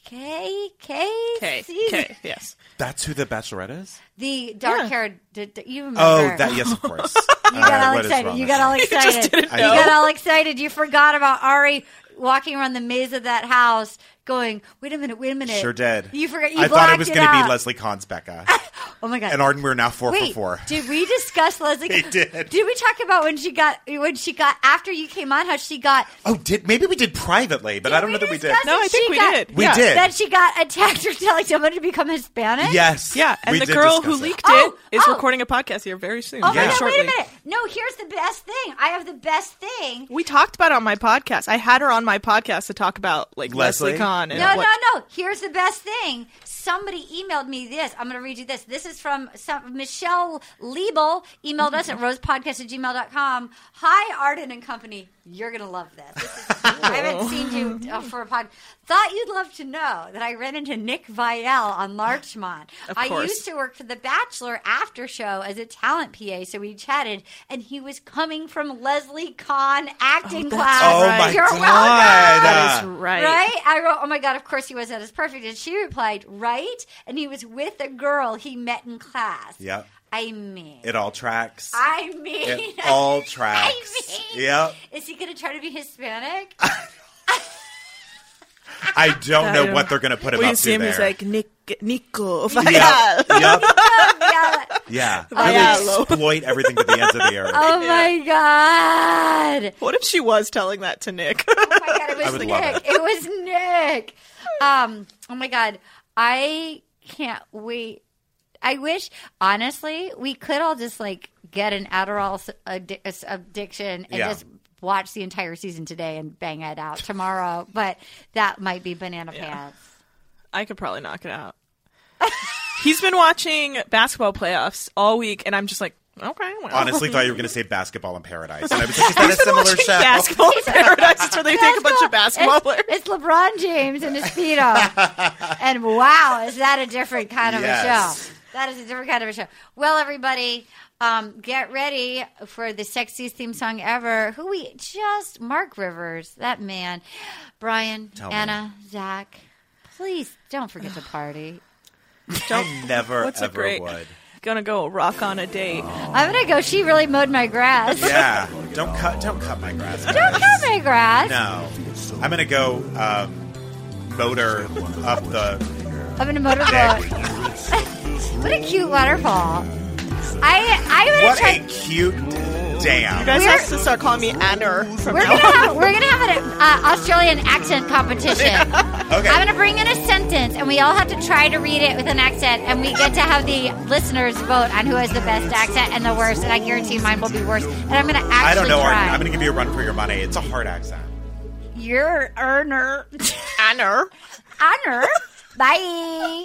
Speaker 1: K K
Speaker 5: Okay.
Speaker 1: season.
Speaker 5: Okay. Yes.
Speaker 2: that's who the Bachelorette is.
Speaker 1: the dark haired. You remember?
Speaker 2: Oh, that yes, of course.
Speaker 1: You got all excited. You got all excited.
Speaker 5: didn't
Speaker 1: you
Speaker 2: know.
Speaker 1: got all excited. You forgot about Ari walking around the maze of that house, going, "Wait a minute, wait a minute."
Speaker 2: Sure did.
Speaker 1: You forgot. You
Speaker 2: I thought it
Speaker 1: blocked
Speaker 2: was
Speaker 1: it
Speaker 2: gonna
Speaker 1: out.
Speaker 2: be Leslie Kahn's Becca.
Speaker 1: Oh my god!
Speaker 2: and Arden, we're now four
Speaker 1: wait,
Speaker 2: for four.
Speaker 1: did we discuss Leslie?
Speaker 2: They did.
Speaker 1: Did we talk about when she got when she got after you came on? How she got?
Speaker 2: Oh, did maybe we did privately, but I don't know that we did.
Speaker 1: discuss
Speaker 5: No, I
Speaker 1: that
Speaker 5: think
Speaker 1: she
Speaker 5: we
Speaker 1: got-
Speaker 5: did.
Speaker 2: We
Speaker 5: Yeah.
Speaker 2: did.
Speaker 1: That she got attacked for telling someone to become Hispanic.
Speaker 2: Yes.
Speaker 5: Yeah, and
Speaker 2: we
Speaker 5: the
Speaker 2: did
Speaker 5: girl who
Speaker 2: discuss it.
Speaker 5: leaked
Speaker 1: Oh,
Speaker 5: it is
Speaker 1: oh.
Speaker 5: recording a podcast here very soon.
Speaker 1: Oh my
Speaker 5: very
Speaker 1: god!
Speaker 5: shortly.
Speaker 1: Wait a minute. No, here's the best thing. I have the best thing.
Speaker 5: We talked about it on my podcast. I had her on my podcast to talk about like Leslie,
Speaker 2: Leslie?
Speaker 5: Kahn and
Speaker 1: No,
Speaker 5: what-
Speaker 1: no, no. Here's the best thing. Somebody emailed me this. I'm going to read you this. This is from some, Michelle Liebel. Emailed us at
Speaker 5: Mm-hmm.
Speaker 1: rosepodcast at gmail.com. Hi, Arden and company. You're going to love this. This is- I haven't seen you uh, for a pod. Thought you'd love to know that I ran into Nick Vielle on Larchmont.
Speaker 5: Of
Speaker 1: I
Speaker 5: course.
Speaker 1: used to work for The Bachelor after show as a talent PA, so we chatted, and he was coming from Leslie Kahn acting class.
Speaker 2: Oh
Speaker 5: Right.
Speaker 2: my
Speaker 1: You're
Speaker 2: god.
Speaker 1: welcome.
Speaker 5: That is
Speaker 2: Uh,
Speaker 5: right.
Speaker 1: Right? I wrote, oh my God, of course he was at his perfect. And she replied, right? And he was with a girl he met in class.
Speaker 2: Yep.
Speaker 1: I mean,
Speaker 2: It all tracks.
Speaker 1: I mean,
Speaker 2: it all tracks.
Speaker 1: I mean,
Speaker 2: Yep.
Speaker 1: is he going to try to be Hispanic?
Speaker 2: I don't know
Speaker 5: Yeah.
Speaker 2: what they're going to put him
Speaker 5: Well,
Speaker 2: up
Speaker 5: you
Speaker 2: to
Speaker 5: see him.
Speaker 2: there.
Speaker 5: He's like Nick, Nico.
Speaker 2: yep. yep.
Speaker 1: yeah.
Speaker 2: Yeah.
Speaker 5: Viallo.
Speaker 2: Really exploit everything to the ends of the earth.
Speaker 1: Oh my God.
Speaker 5: What if she was telling that to Nick?
Speaker 1: Oh my God, it was
Speaker 2: would
Speaker 1: Nick.
Speaker 2: love
Speaker 1: It. was Nick. Um, oh my God. I can't wait. I wish, honestly, we could all just like get an Adderall s- addi- s- addiction and
Speaker 2: Yeah.
Speaker 1: just watch the entire season today and bang it out tomorrow. But that might be banana pants.
Speaker 5: I could probably knock it out. He's been watching basketball playoffs all week, and I'm just like, okay, well.
Speaker 2: Honestly, thought you were going to say Basketball in Paradise, and I was like, is that a similar show?
Speaker 5: basketball paradise where they take a bunch of basketball
Speaker 1: it's,
Speaker 5: players.
Speaker 1: it's LeBron James and his feet up. and wow, is that a different kind of
Speaker 2: Yes.
Speaker 1: a show? That is a different kind of a show. Well, everybody, um, get ready for the sexiest theme song ever. Who we just Mark Rivers, that man, Brian,
Speaker 2: me.
Speaker 1: Anna, Zach. Please don't forget to party.
Speaker 2: I never
Speaker 5: What's a
Speaker 2: ever
Speaker 5: great-
Speaker 2: would. Oh.
Speaker 5: Gonna go rock on a date.
Speaker 1: I'm gonna go. She really mowed my grass.
Speaker 2: Yeah, don't cut, don't cut my grass.
Speaker 1: Don't cut my grass.
Speaker 2: No, I'm gonna go um, motor up the
Speaker 1: of an motorboat. what a cute waterfall. I I would
Speaker 2: What a
Speaker 1: try.
Speaker 2: cute
Speaker 5: You
Speaker 2: damn.
Speaker 5: guys
Speaker 1: We're-
Speaker 5: have to start calling me Anner from
Speaker 1: We're
Speaker 5: now
Speaker 1: gonna
Speaker 5: on.
Speaker 1: have we're gonna have an uh, Australian accent competition.
Speaker 2: Okay.
Speaker 1: I'm gonna bring in a sentence, and we all have to try to read it with an accent, and we get to have the listeners vote on who has the best accent and the worst. And I guarantee mine will be worse. And I'm gonna actually
Speaker 2: I don't know,
Speaker 1: try.
Speaker 2: Arden. I'm going to give you a run for your money. It's a hard accent.
Speaker 1: Your earner
Speaker 5: Anner.
Speaker 1: honor. Bye.